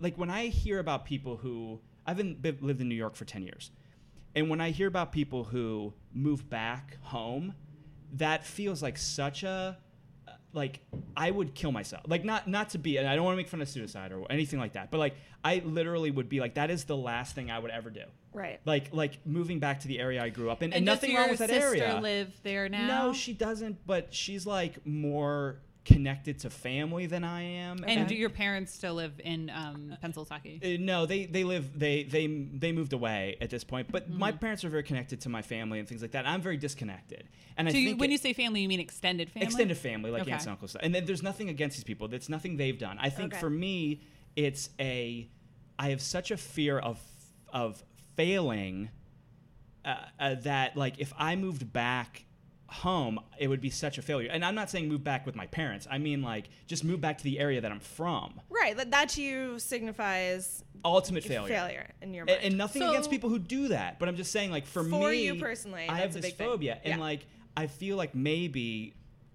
[SPEAKER 3] like when I hear about people who I've been, been- lived in New York for ten years, and when I hear about people who move back home, that feels like such a like I would kill myself. Like not not to be and I don't want to make fun of suicide or anything like that. But like I literally would be like that is the last thing I would ever do.
[SPEAKER 1] Right.
[SPEAKER 3] Like like moving back to the area I grew up in and,
[SPEAKER 4] And does
[SPEAKER 3] nothing
[SPEAKER 4] your
[SPEAKER 3] wrong with that
[SPEAKER 4] sister
[SPEAKER 3] area.
[SPEAKER 4] Live there now?
[SPEAKER 3] No, she doesn't, but she's like more connected to family than I am.
[SPEAKER 4] And do your parents still live in um, Pennsylvania?
[SPEAKER 3] Uh, no, they they live they they they moved away at this point. But my
[SPEAKER 4] Mm-hmm.
[SPEAKER 3] parents are very connected to my family and things like that. I'm very disconnected. And I
[SPEAKER 4] So you,
[SPEAKER 3] think
[SPEAKER 4] when
[SPEAKER 3] it-
[SPEAKER 4] you say family, you mean extended family?
[SPEAKER 3] extended family, like
[SPEAKER 4] Okay.
[SPEAKER 3] aunts and uncles. And then there's nothing against these people. That's nothing they've done. I think
[SPEAKER 1] Okay.
[SPEAKER 3] for me, it's a I have such a fear of of failing uh, uh, that like if I moved back home, it would be such a failure. And I'm not saying move back with my parents. I mean like just move back to the area that I'm from.
[SPEAKER 1] Right. That, that to you signifies
[SPEAKER 3] Ultimate
[SPEAKER 1] failure,
[SPEAKER 3] failure.
[SPEAKER 1] in your
[SPEAKER 3] A-
[SPEAKER 1] mind.
[SPEAKER 3] And, nothing
[SPEAKER 4] So-
[SPEAKER 3] against people who do that, but I'm just saying, like for,
[SPEAKER 1] For
[SPEAKER 3] me,
[SPEAKER 1] you personally,
[SPEAKER 3] I have
[SPEAKER 1] that's a
[SPEAKER 3] this
[SPEAKER 1] big thing.
[SPEAKER 3] phobia, and
[SPEAKER 1] Yeah.
[SPEAKER 3] like I feel like maybe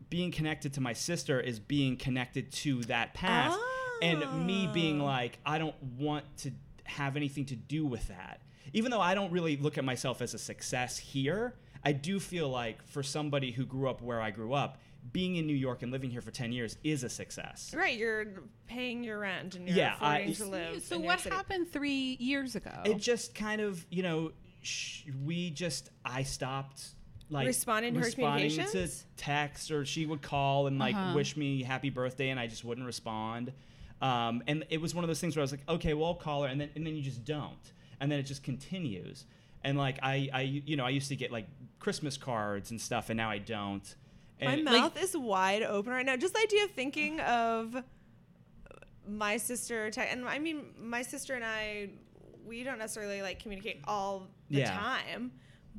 [SPEAKER 3] being connected to my sister is being connected to that past, and me being
[SPEAKER 1] Ah.
[SPEAKER 3] like, I don't want to have anything to do with that. Even though I don't really look at myself as a success here, I do feel like for somebody who grew up where I grew up, being in New York and living here for ten years is a success.
[SPEAKER 1] right. You're paying your rent and you're
[SPEAKER 3] Yeah, I-
[SPEAKER 1] affording to live.
[SPEAKER 4] So
[SPEAKER 1] in New
[SPEAKER 4] what
[SPEAKER 1] York City.
[SPEAKER 4] happened three years ago?
[SPEAKER 3] it just kind of you know sh- we just i stopped like
[SPEAKER 1] Responding to her
[SPEAKER 3] responding
[SPEAKER 1] communications?
[SPEAKER 3] to texts, or she would call and like
[SPEAKER 2] Uh-huh.
[SPEAKER 3] wish me happy birthday, and I just wouldn't respond. Um, and it was one of those things where I was like, okay, well, I'll call her, and then and then you just don't, and then it just continues. And like I, I, you know, I used to get like Christmas cards and stuff, and now I don't.
[SPEAKER 1] My
[SPEAKER 3] And
[SPEAKER 1] mouth is wide open right now. Just the idea of thinking of my sister te- and I mean my sister and I we don't necessarily like communicate all the
[SPEAKER 3] Yeah.
[SPEAKER 1] time.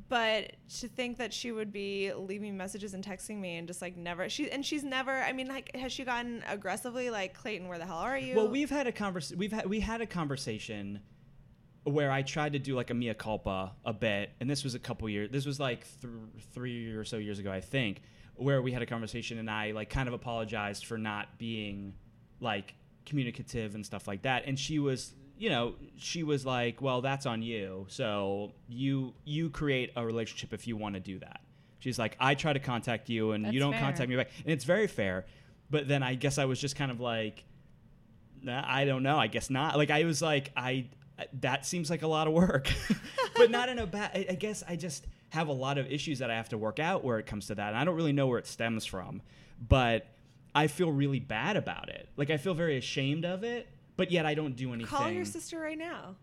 [SPEAKER 1] But to think that she would be leaving messages and texting me and just like never she and she's never I mean like has she gotten aggressively like Clayton where the hell are you?
[SPEAKER 3] Well, we've had a convers we've had we had a conversation where I tried to do like a mea culpa a bit, and this was a couple years. This was like th- three or so years ago, I think, where we had a conversation, and I like kind of apologized for not being like communicative and stuff like that. And she was, you know, she was like, "Well, that's on you. So you you create a relationship if you want to do that." She's like, "I try to contact you, and
[SPEAKER 2] That's
[SPEAKER 3] you don't
[SPEAKER 2] fair.
[SPEAKER 3] contact me back," and it's very fair. But then I guess I was just kind of like. Nah, I don't know. I guess not. Like I was like I uh, that seems like a lot of work, but not in a bad. I, I guess I just have a lot of issues that I have to work out where it comes to that, and I don't really know where it stems from. But I feel really bad about it. Like I feel very ashamed of it, but yet I don't do anything.
[SPEAKER 1] call your sister right now.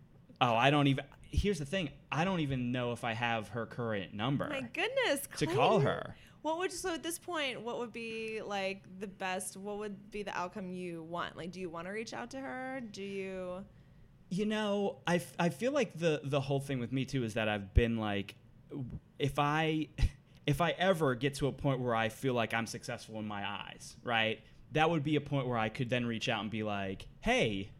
[SPEAKER 3] oh, I don't even. Here's the thing. I don't even know if I have her current number
[SPEAKER 1] My goodness,
[SPEAKER 3] to call
[SPEAKER 1] Clayton.
[SPEAKER 3] her.
[SPEAKER 1] What would so at this point? What would be like the best? What would be the outcome you want? Like, do you want to reach out to her? Do you?
[SPEAKER 3] You know, I, f- I feel like the the whole thing with me too is that I've been like, if I if I ever get to a point where I feel like I'm successful in my eyes, right? That would be a point where I could then reach out and be like, hey,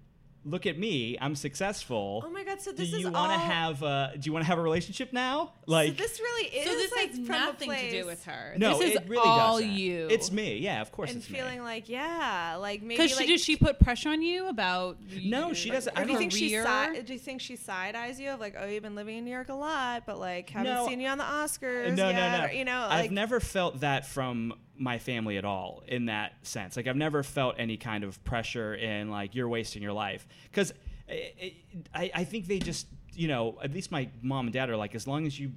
[SPEAKER 3] look at me, I'm successful.
[SPEAKER 1] Oh my god! So
[SPEAKER 3] do
[SPEAKER 1] this is
[SPEAKER 3] you
[SPEAKER 1] all.
[SPEAKER 3] want to have a Do you want to have a relationship now?
[SPEAKER 1] so
[SPEAKER 3] Like,
[SPEAKER 1] this really is
[SPEAKER 4] so this
[SPEAKER 1] like
[SPEAKER 4] has
[SPEAKER 1] from
[SPEAKER 4] nothing
[SPEAKER 1] a
[SPEAKER 4] to
[SPEAKER 1] place
[SPEAKER 4] do with her.
[SPEAKER 3] no,
[SPEAKER 4] this is
[SPEAKER 3] it really
[SPEAKER 4] all
[SPEAKER 3] doesn't.
[SPEAKER 4] you.
[SPEAKER 3] It's me, yeah, of course.
[SPEAKER 1] and
[SPEAKER 3] it's me.
[SPEAKER 1] feeling like yeah, like maybe
[SPEAKER 4] because
[SPEAKER 1] like,
[SPEAKER 4] she did. She put pressure on you about.
[SPEAKER 3] No, she doesn't-
[SPEAKER 1] Or
[SPEAKER 3] I
[SPEAKER 1] do you
[SPEAKER 3] don't-
[SPEAKER 1] think she
[SPEAKER 4] career?
[SPEAKER 1] si- do you think she side eyes you of like oh you've been living in New York a lot but like haven't
[SPEAKER 3] No.
[SPEAKER 1] seen you on the Oscars
[SPEAKER 3] no,
[SPEAKER 1] yet
[SPEAKER 3] no, no.
[SPEAKER 1] or, you know
[SPEAKER 3] I've
[SPEAKER 1] like
[SPEAKER 3] never felt that from my family at all in that sense. Like I've never felt any kind of pressure in like you're wasting your life because I, I, I think they just you know at least my mom and dad are like as long as you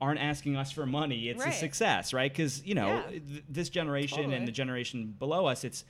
[SPEAKER 3] aren't asking us for money it's
[SPEAKER 1] Right.
[SPEAKER 3] a success right because you know
[SPEAKER 1] Yeah.
[SPEAKER 3] th- this generation
[SPEAKER 1] Totally.
[SPEAKER 3] and the generation below us it's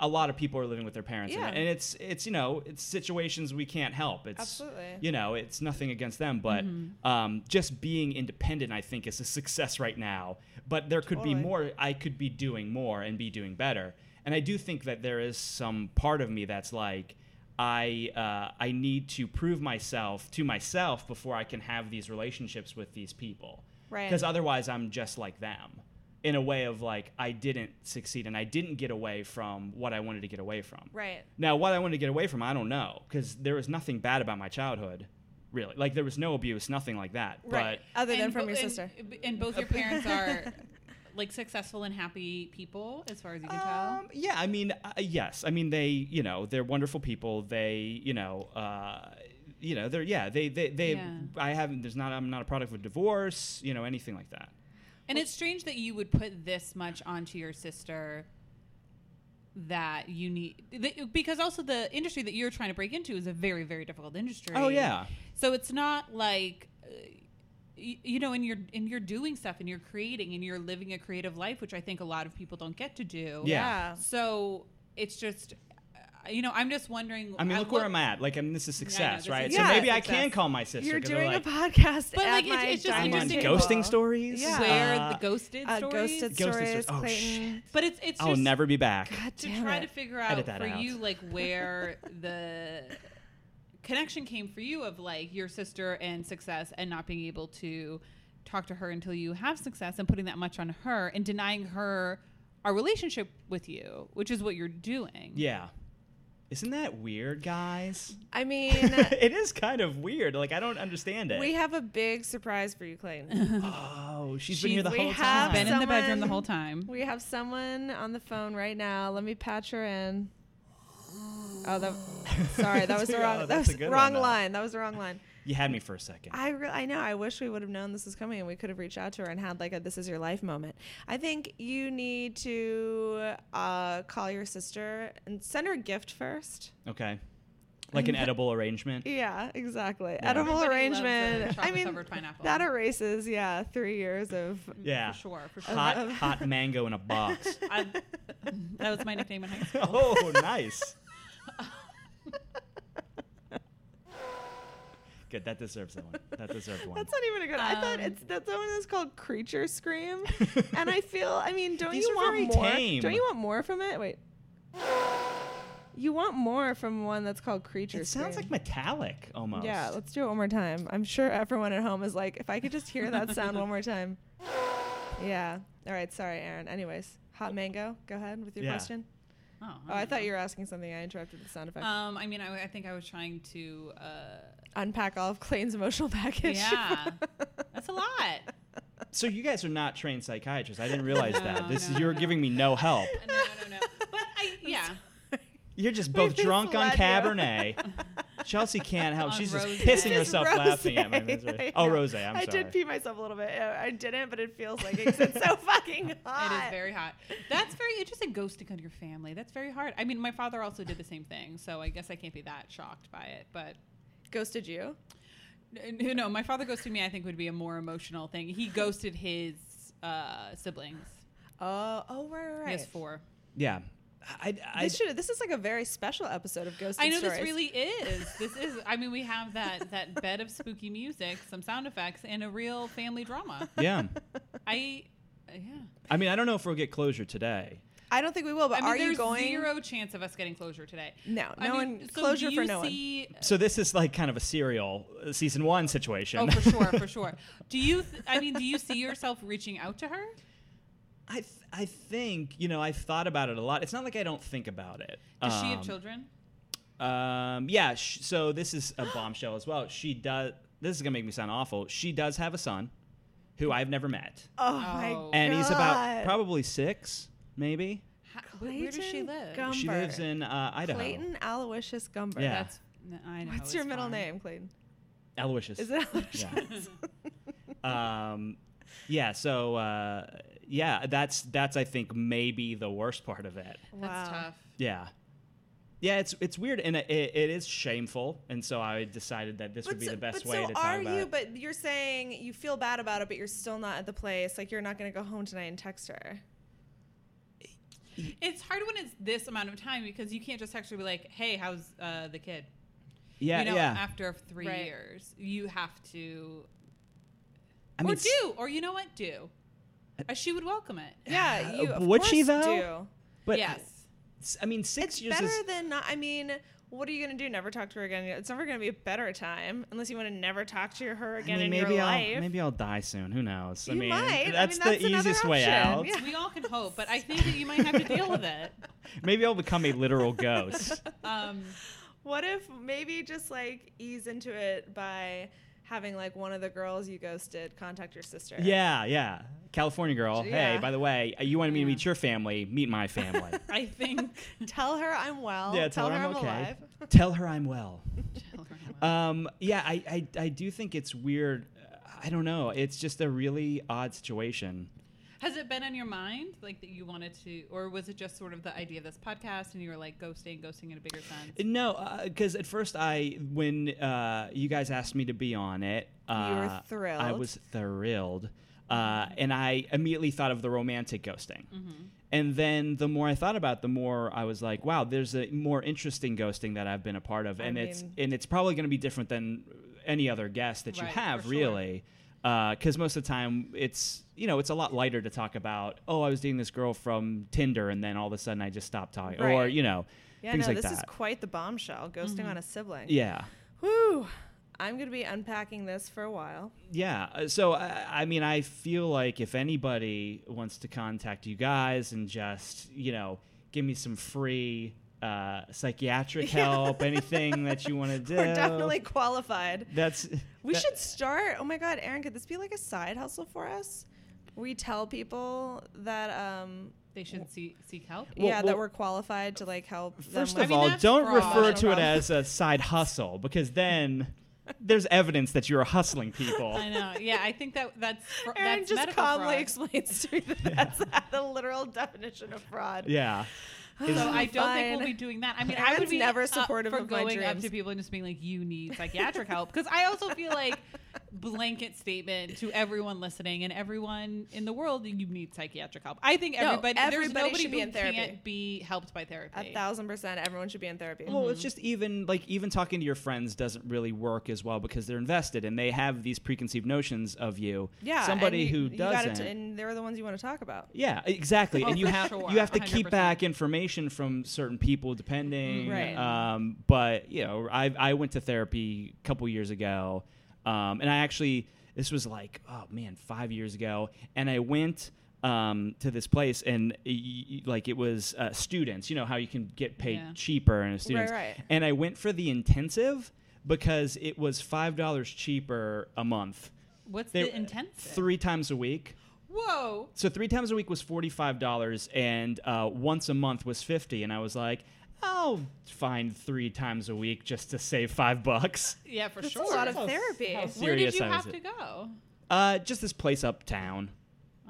[SPEAKER 3] a lot of people are living with their parents
[SPEAKER 1] Yeah.
[SPEAKER 3] and, and it's it's you know it's situations we can't help it's
[SPEAKER 1] Absolutely.
[SPEAKER 3] you know, it's nothing against them, but
[SPEAKER 1] Mm-hmm.
[SPEAKER 3] um, just being independent, I think, is a success right now. But there could
[SPEAKER 1] Totally.
[SPEAKER 3] be more. I could be doing more and be doing better. And I do think that there is some part of me that's like, I uh, I need to prove myself to myself before I can have these relationships with these people.
[SPEAKER 1] Right.
[SPEAKER 3] Because otherwise, I'm just like them, in a way of like I didn't succeed and I didn't get away from what I wanted to get away from.
[SPEAKER 1] right
[SPEAKER 3] Now, what I wanted to get away from, I don't know, because there was nothing bad about my childhood, really. Like there was no abuse, nothing like that.
[SPEAKER 1] right other than
[SPEAKER 2] And
[SPEAKER 1] from
[SPEAKER 2] bo-
[SPEAKER 1] your
[SPEAKER 2] and-
[SPEAKER 1] sister.
[SPEAKER 2] And both your parents are like successful and happy people, as far as you
[SPEAKER 3] But
[SPEAKER 2] can tell.
[SPEAKER 3] um, yeah, I mean, uh, yes, I mean they, you know, they're wonderful people. They, you know, uh, you know, they're yeah, they, they, they.
[SPEAKER 2] Yeah.
[SPEAKER 3] I haven't. There's not. I'm not a product of divorce. You know, anything like that.
[SPEAKER 2] And it's strange that you would put this much onto your sister that you need th- because also the industry that you're trying to break into is a very very difficult industry.
[SPEAKER 3] Oh yeah,
[SPEAKER 2] So it's not like uh, y- you know and you're and you're doing stuff and you're creating and you're living a creative life which I think a lot of people don't get to do.
[SPEAKER 3] Yeah.
[SPEAKER 2] So it's just uh, you know I'm just wondering
[SPEAKER 3] I mean,
[SPEAKER 2] at
[SPEAKER 3] look where
[SPEAKER 2] what-
[SPEAKER 3] I'm at. Like, I mean, this is success,
[SPEAKER 2] this
[SPEAKER 3] right?
[SPEAKER 2] is-
[SPEAKER 3] so
[SPEAKER 1] Yeah,
[SPEAKER 3] maybe
[SPEAKER 2] it's
[SPEAKER 3] I can
[SPEAKER 2] success.
[SPEAKER 3] call my sister.
[SPEAKER 1] You're
[SPEAKER 3] 'cause they're
[SPEAKER 1] doing
[SPEAKER 3] like,
[SPEAKER 1] a podcast,
[SPEAKER 2] But,
[SPEAKER 1] at
[SPEAKER 2] like, it's-
[SPEAKER 1] my
[SPEAKER 2] it's just
[SPEAKER 1] dining
[SPEAKER 3] I'm on
[SPEAKER 2] interesting
[SPEAKER 1] table.
[SPEAKER 3] ghosting stories.
[SPEAKER 1] Yeah.
[SPEAKER 2] where
[SPEAKER 3] Uh,
[SPEAKER 2] the ghosted
[SPEAKER 1] Uh,
[SPEAKER 2] stories
[SPEAKER 1] ghosted
[SPEAKER 3] Ghosted
[SPEAKER 1] stories,
[SPEAKER 3] stories. Oh,
[SPEAKER 1] Clayton.
[SPEAKER 2] but it's it's
[SPEAKER 3] I'll
[SPEAKER 2] just
[SPEAKER 3] never be back.
[SPEAKER 1] God
[SPEAKER 2] to
[SPEAKER 1] damn
[SPEAKER 2] try
[SPEAKER 1] it.
[SPEAKER 2] to figure
[SPEAKER 3] Edit
[SPEAKER 2] out
[SPEAKER 3] that
[SPEAKER 2] for
[SPEAKER 3] out.
[SPEAKER 2] you like where the connection came for you of like your sister and success and not being able to talk to her until you have success and putting that much on her and denying her our relationship with you, which is what you're doing.
[SPEAKER 3] Yeah. Isn't that weird, guys?
[SPEAKER 1] I mean,
[SPEAKER 3] it is kind of weird. Like I don't understand it.
[SPEAKER 1] we have a big surprise for you, Clayton.
[SPEAKER 3] oh, she's
[SPEAKER 2] She's
[SPEAKER 3] been here the
[SPEAKER 1] we
[SPEAKER 3] whole
[SPEAKER 1] have
[SPEAKER 3] time.
[SPEAKER 2] Been in the bedroom the
[SPEAKER 1] Someone-
[SPEAKER 2] whole time.
[SPEAKER 1] we have someone on the phone right now. Let me patch her in. Oh, that, sorry, that was the
[SPEAKER 3] Oh,
[SPEAKER 1] wrong. that
[SPEAKER 3] that's a
[SPEAKER 1] was
[SPEAKER 3] good
[SPEAKER 1] wrong
[SPEAKER 3] one, though.
[SPEAKER 1] line. That was the wrong line.
[SPEAKER 3] you had me for a second.
[SPEAKER 1] I re- I know. I wish we would have known this was coming, and we could have reached out to her and had like a "this is your life" moment. I think you need to uh, call your sister and send her a gift first.
[SPEAKER 3] okay. like an edible arrangement.
[SPEAKER 1] Yeah, exactly.
[SPEAKER 3] Yeah.
[SPEAKER 1] Edible
[SPEAKER 2] Everybody loves a
[SPEAKER 1] arrangement. I mean,
[SPEAKER 2] chocolate-covered pineapple.
[SPEAKER 1] that erases yeah three years of.
[SPEAKER 3] Yeah.
[SPEAKER 2] For sure, for sure.
[SPEAKER 3] Hot, hot mango in a box.
[SPEAKER 2] I, that was my nickname in high school. Oh,
[SPEAKER 3] oh, nice. Good. That deserves that one. That deserved one.
[SPEAKER 1] That's not even a good. I thought
[SPEAKER 2] Um,
[SPEAKER 1] it's that's the one that's called Creature Scream, and I feel. I mean, don't
[SPEAKER 3] These
[SPEAKER 1] you
[SPEAKER 3] are
[SPEAKER 1] want
[SPEAKER 3] very
[SPEAKER 1] more?
[SPEAKER 3] tame.
[SPEAKER 1] Don't you want more from it? Wait. You want more from one that's called Creature
[SPEAKER 3] it
[SPEAKER 1] Scream.
[SPEAKER 3] sounds like metallic almost.
[SPEAKER 1] Yeah, let's do it one more time. I'm sure everyone at home is like, if I could just hear that sound one more time. Yeah. All right. Sorry, Aaron. Anyways, hot mango. Go ahead with your
[SPEAKER 3] Yeah.
[SPEAKER 1] question.
[SPEAKER 2] Oh,
[SPEAKER 1] Oh, I thought you were asking something. I interrupted the sound effect.
[SPEAKER 2] Um, I mean, I, I think I was trying to. Uh,
[SPEAKER 1] Unpack all of Clayton's emotional package.
[SPEAKER 2] yeah, that's a lot.
[SPEAKER 3] So you guys are not trained psychiatrists. I didn't realize that.
[SPEAKER 2] No,
[SPEAKER 3] This
[SPEAKER 2] no,
[SPEAKER 3] is you're
[SPEAKER 2] no.
[SPEAKER 3] giving me no help.
[SPEAKER 2] No, no, no. But I, yeah,
[SPEAKER 3] You're just both
[SPEAKER 1] just
[SPEAKER 3] drunk on
[SPEAKER 1] let you.
[SPEAKER 3] Cabernet. Chelsea can't help.
[SPEAKER 2] On
[SPEAKER 3] She's just
[SPEAKER 2] rosé.
[SPEAKER 3] pissing
[SPEAKER 2] Just
[SPEAKER 3] herself laughing at my misery.
[SPEAKER 1] Rosé.
[SPEAKER 3] Oh, Rose, I'm
[SPEAKER 1] I
[SPEAKER 3] sorry.
[SPEAKER 1] did pee myself a little bit. Uh, I didn't, but it feels like it 'cause it's so fucking hot.
[SPEAKER 2] it is very hot. That's very interesting. Ghosting on your family. That's very hard. I mean, my father also did the same thing, so I guess I can't be that shocked by it. But
[SPEAKER 1] Ghosted you?
[SPEAKER 2] n- n- no, my father ghosted me. I think would be a more emotional thing. He ghosted his uh, siblings.
[SPEAKER 1] Oh, oh, right, right, right.
[SPEAKER 2] He has four.
[SPEAKER 3] Yeah. I, I,
[SPEAKER 1] This, should, this is like a very special episode of Ghosted
[SPEAKER 2] I know
[SPEAKER 1] Stories.
[SPEAKER 2] this really is. This is. I mean, we have that that bed of spooky music, some sound effects, and a real family drama.
[SPEAKER 3] yeah.
[SPEAKER 2] I uh, yeah.
[SPEAKER 3] I mean, I don't know if we'll get closure today.
[SPEAKER 1] I don't think we will, but
[SPEAKER 2] I mean,
[SPEAKER 1] are
[SPEAKER 2] there's
[SPEAKER 1] you going?
[SPEAKER 2] zero chance of us getting closure today.
[SPEAKER 1] No,
[SPEAKER 2] I
[SPEAKER 1] no
[SPEAKER 2] mean,
[SPEAKER 1] one-
[SPEAKER 2] so
[SPEAKER 1] closure
[SPEAKER 2] do
[SPEAKER 1] for
[SPEAKER 2] you
[SPEAKER 1] no one.
[SPEAKER 2] see,
[SPEAKER 3] So this is like kind of a serial uh, season one situation.
[SPEAKER 2] Oh, for sure, for sure. Do you? Th- I mean, do you see yourself reaching out to her?
[SPEAKER 3] I, th- I think, you know, I've thought about it a lot. It's not like I don't think about it.
[SPEAKER 2] Does she have
[SPEAKER 3] Um,
[SPEAKER 2] children?
[SPEAKER 3] Um, yeah. Sh- so this is a bombshell as well. She does. This is gonna make me sound awful. She does have a son, who I've never met,
[SPEAKER 1] Oh, my
[SPEAKER 2] Oh.
[SPEAKER 1] god!
[SPEAKER 3] and he's about probably six, maybe.
[SPEAKER 2] How, where, where does she
[SPEAKER 1] Clayton
[SPEAKER 2] live?
[SPEAKER 1] Gum-
[SPEAKER 3] She
[SPEAKER 1] Gumber.
[SPEAKER 3] lives in uh, Idaho.
[SPEAKER 1] Clayton Aloysius Gumber.
[SPEAKER 3] Yeah.
[SPEAKER 2] That's. n- I know.
[SPEAKER 1] What's your
[SPEAKER 2] it's
[SPEAKER 1] middle
[SPEAKER 2] fine.
[SPEAKER 1] name, Clayton?
[SPEAKER 3] Aloysius.
[SPEAKER 1] Is it Aloysius?
[SPEAKER 3] um, yeah. So uh, yeah, that's that's I think maybe the worst part of it.
[SPEAKER 2] That's tough.
[SPEAKER 3] Yeah. Yeah, it's it's weird and it, it is shameful, and so I decided that this would be
[SPEAKER 1] so-
[SPEAKER 3] the best
[SPEAKER 1] but
[SPEAKER 3] way
[SPEAKER 1] so
[SPEAKER 3] to
[SPEAKER 1] are
[SPEAKER 3] talk about
[SPEAKER 1] you?
[SPEAKER 3] it.
[SPEAKER 1] But you're saying you feel bad about it, but you're still not at the place. Like you're not going to go home tonight and text her.
[SPEAKER 2] It's hard when it's this amount of time because you can't just actually be like, "Hey, how's uh, the kid?"
[SPEAKER 3] yeah,
[SPEAKER 2] you know,
[SPEAKER 3] yeah.
[SPEAKER 2] after three
[SPEAKER 1] Right.
[SPEAKER 2] years, you have to,
[SPEAKER 3] I
[SPEAKER 2] or
[SPEAKER 3] mean, s-
[SPEAKER 2] do, or you know what, do. Uh, she would welcome it.
[SPEAKER 1] Yeah, you of
[SPEAKER 3] Uh, would she,
[SPEAKER 1] course
[SPEAKER 3] though?
[SPEAKER 1] Do.
[SPEAKER 3] but
[SPEAKER 2] yes.
[SPEAKER 3] s- I mean, six years
[SPEAKER 1] Better
[SPEAKER 3] is
[SPEAKER 1] than not. I mean, what are you going to do? Never talk to her again? It's never going to be a better time unless you want to never talk to her again in
[SPEAKER 3] maybe
[SPEAKER 1] your
[SPEAKER 3] I'll,
[SPEAKER 1] life.
[SPEAKER 3] Maybe I'll die soon. Who knows? I
[SPEAKER 1] You
[SPEAKER 3] mean,
[SPEAKER 1] might. I mean,
[SPEAKER 3] that's
[SPEAKER 1] that's
[SPEAKER 3] the
[SPEAKER 1] another
[SPEAKER 3] easiest way
[SPEAKER 1] option.
[SPEAKER 3] out.
[SPEAKER 1] Yeah.
[SPEAKER 2] We all can hope, but I think that you might have to deal with it.
[SPEAKER 3] Maybe I'll become a literal ghost.
[SPEAKER 2] Um,
[SPEAKER 1] What if maybe just like ease into it by having like one of the girls you ghosted contact your sister?
[SPEAKER 3] yeah, yeah. California girl.
[SPEAKER 1] Yeah. Hmm.
[SPEAKER 3] Hey, by the way, you wanted me to
[SPEAKER 2] Yeah.
[SPEAKER 3] meet your family? Meet my family.
[SPEAKER 2] I think.
[SPEAKER 1] Tell her I'm well.
[SPEAKER 3] yeah,
[SPEAKER 1] tell, her I'm,
[SPEAKER 3] okay.
[SPEAKER 1] alive.
[SPEAKER 3] Tell her I'm well. Um, yeah, I, I, I do think it's weird. I don't know. It's just a really odd situation.
[SPEAKER 2] Has it been on your mind, like that you wanted to, or was it just sort of the idea of this podcast, and you were like ghosting, ghosting in a bigger sense?
[SPEAKER 3] No, because at first I, when uh, you guys asked me to be on it,
[SPEAKER 1] were
[SPEAKER 3] uh, I
[SPEAKER 1] thrilled. Mm-hmm.
[SPEAKER 3] was thrilled, uh, and I immediately thought of the romantic ghosting. And then the more I thought about, it, the more I was like, "Wow, there's a more interesting ghosting that I've been a part of, and it's
[SPEAKER 1] mean-
[SPEAKER 3] and it's probably going to be different than any other guest that you
[SPEAKER 2] Right,
[SPEAKER 3] have,
[SPEAKER 2] for sure.
[SPEAKER 3] really." Because most of the time, it's you know, it's a lot lighter to talk about. Oh, I was dating this girl from Tinder, and then all of a sudden, I just stopped talking, or
[SPEAKER 1] Right.
[SPEAKER 3] you know,
[SPEAKER 1] Yeah,
[SPEAKER 3] things
[SPEAKER 1] no,
[SPEAKER 3] like
[SPEAKER 1] this
[SPEAKER 3] that.
[SPEAKER 1] is quite the bombshell. Ghosting on a sibling.
[SPEAKER 3] yeah.
[SPEAKER 1] Whew. I'm gonna be unpacking this for a while.
[SPEAKER 3] Yeah. uh, So, I, I mean, I feel like if anybody wants to contact you guys and just, you know, give me some free uh, psychiatric help, anything that you want to do.
[SPEAKER 1] We're definitely qualified.
[SPEAKER 3] That's.
[SPEAKER 1] We
[SPEAKER 3] that-
[SPEAKER 1] should start. Oh my God, Aaron, could this be like a side hustle for us? We tell people that, um,
[SPEAKER 2] They should see seek help.
[SPEAKER 3] Well,
[SPEAKER 1] yeah,
[SPEAKER 3] well,
[SPEAKER 1] that we're qualified to like help. them
[SPEAKER 3] First
[SPEAKER 1] with-
[SPEAKER 3] of
[SPEAKER 2] mean,
[SPEAKER 3] all,
[SPEAKER 2] that's
[SPEAKER 3] don't
[SPEAKER 2] fraud.
[SPEAKER 3] refer to it
[SPEAKER 1] Fraud.
[SPEAKER 3] as a side hustle because then there's evidence that you're hustling people.
[SPEAKER 2] I know. Yeah, I think that that's fr-
[SPEAKER 1] Aaron
[SPEAKER 2] that's
[SPEAKER 1] just
[SPEAKER 2] medical
[SPEAKER 1] calmly
[SPEAKER 2] fraud.
[SPEAKER 1] explains to me that that's the literal definition of fraud.
[SPEAKER 3] Yeah.
[SPEAKER 2] So I don't think
[SPEAKER 1] Fine.
[SPEAKER 2] we'll be doing that. I mean, I
[SPEAKER 1] Aaron's
[SPEAKER 2] would be
[SPEAKER 1] never
[SPEAKER 2] up
[SPEAKER 1] supportive
[SPEAKER 2] for
[SPEAKER 1] of my
[SPEAKER 2] going up
[SPEAKER 1] dreams.
[SPEAKER 2] to people and just being like, "You need psychiatric help," because I also feel like blanket statement to everyone listening and everyone in the world, you need psychiatric help. I think
[SPEAKER 1] No,
[SPEAKER 2] everybody, there's
[SPEAKER 1] everybody
[SPEAKER 2] nobody
[SPEAKER 1] should be
[SPEAKER 2] who
[SPEAKER 1] in therapy.
[SPEAKER 2] can't be helped by therapy.
[SPEAKER 1] A thousand percent. Everyone should be in therapy.
[SPEAKER 3] Well, it's just even like even talking to your friends doesn't really work as well because they're invested and they have these preconceived notions of you.
[SPEAKER 1] Mm-hmm. yeah.
[SPEAKER 3] somebody
[SPEAKER 1] and you-
[SPEAKER 3] who
[SPEAKER 1] you gotta
[SPEAKER 3] doesn't.
[SPEAKER 1] t- and they're the ones you want to talk about.
[SPEAKER 3] yeah, exactly.
[SPEAKER 2] Oh,
[SPEAKER 3] and you
[SPEAKER 2] for
[SPEAKER 3] have
[SPEAKER 2] sure,
[SPEAKER 3] you have to keep
[SPEAKER 2] 100%.
[SPEAKER 3] back information from certain people depending.
[SPEAKER 1] Right.
[SPEAKER 3] Um, but you know, I I went to therapy a couple years ago, um, and I actually this was like oh man five years ago, and I went. Um, to this place and y- y- like it was uh, students you know how you can get paid
[SPEAKER 2] Yeah.
[SPEAKER 3] cheaper and a students
[SPEAKER 1] right.
[SPEAKER 3] and I went for the intensive because it was five dollars cheaper a month,
[SPEAKER 2] What's
[SPEAKER 3] They-
[SPEAKER 2] the intense?
[SPEAKER 3] three times a week.
[SPEAKER 2] Whoa.
[SPEAKER 3] So three times a week was forty five dollars, and uh, once a month was fifty. And I was like, I'll find three times a week just to save five bucks.
[SPEAKER 2] Yeah, for
[SPEAKER 1] That's
[SPEAKER 2] sure.
[SPEAKER 1] a lot of therapy.
[SPEAKER 3] how-
[SPEAKER 2] Where did
[SPEAKER 3] serious
[SPEAKER 2] you
[SPEAKER 3] I was
[SPEAKER 2] have
[SPEAKER 3] at-
[SPEAKER 2] to go?
[SPEAKER 3] Uh, just this place uptown.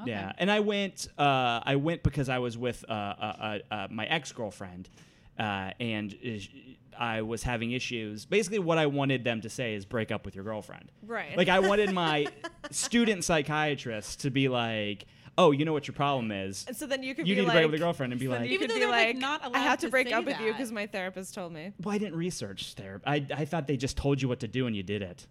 [SPEAKER 2] Okay.
[SPEAKER 3] Yeah, and I went. Uh, I went because I was with uh, uh, uh, uh, my ex girlfriend, uh, and is- I was having issues. Basically, what I wanted them to say is break up with your girlfriend.
[SPEAKER 1] Right.
[SPEAKER 3] Like I wanted my student psychiatrist to be like, "Oh, you know what your problem is.
[SPEAKER 1] And so then you could
[SPEAKER 3] You
[SPEAKER 1] be
[SPEAKER 3] need to
[SPEAKER 1] like,
[SPEAKER 3] break up with your girlfriend," and be
[SPEAKER 1] so then
[SPEAKER 3] like,
[SPEAKER 1] you
[SPEAKER 2] Even
[SPEAKER 1] could
[SPEAKER 2] though
[SPEAKER 1] be
[SPEAKER 2] they're, like,
[SPEAKER 1] like,
[SPEAKER 2] not
[SPEAKER 1] I have
[SPEAKER 2] allowed
[SPEAKER 1] to
[SPEAKER 2] to
[SPEAKER 1] break
[SPEAKER 2] say
[SPEAKER 1] up with you
[SPEAKER 2] that.
[SPEAKER 1] because my therapist told me.
[SPEAKER 3] "Well, I didn't research therapy. I, I thought they just told you what to do and you did it.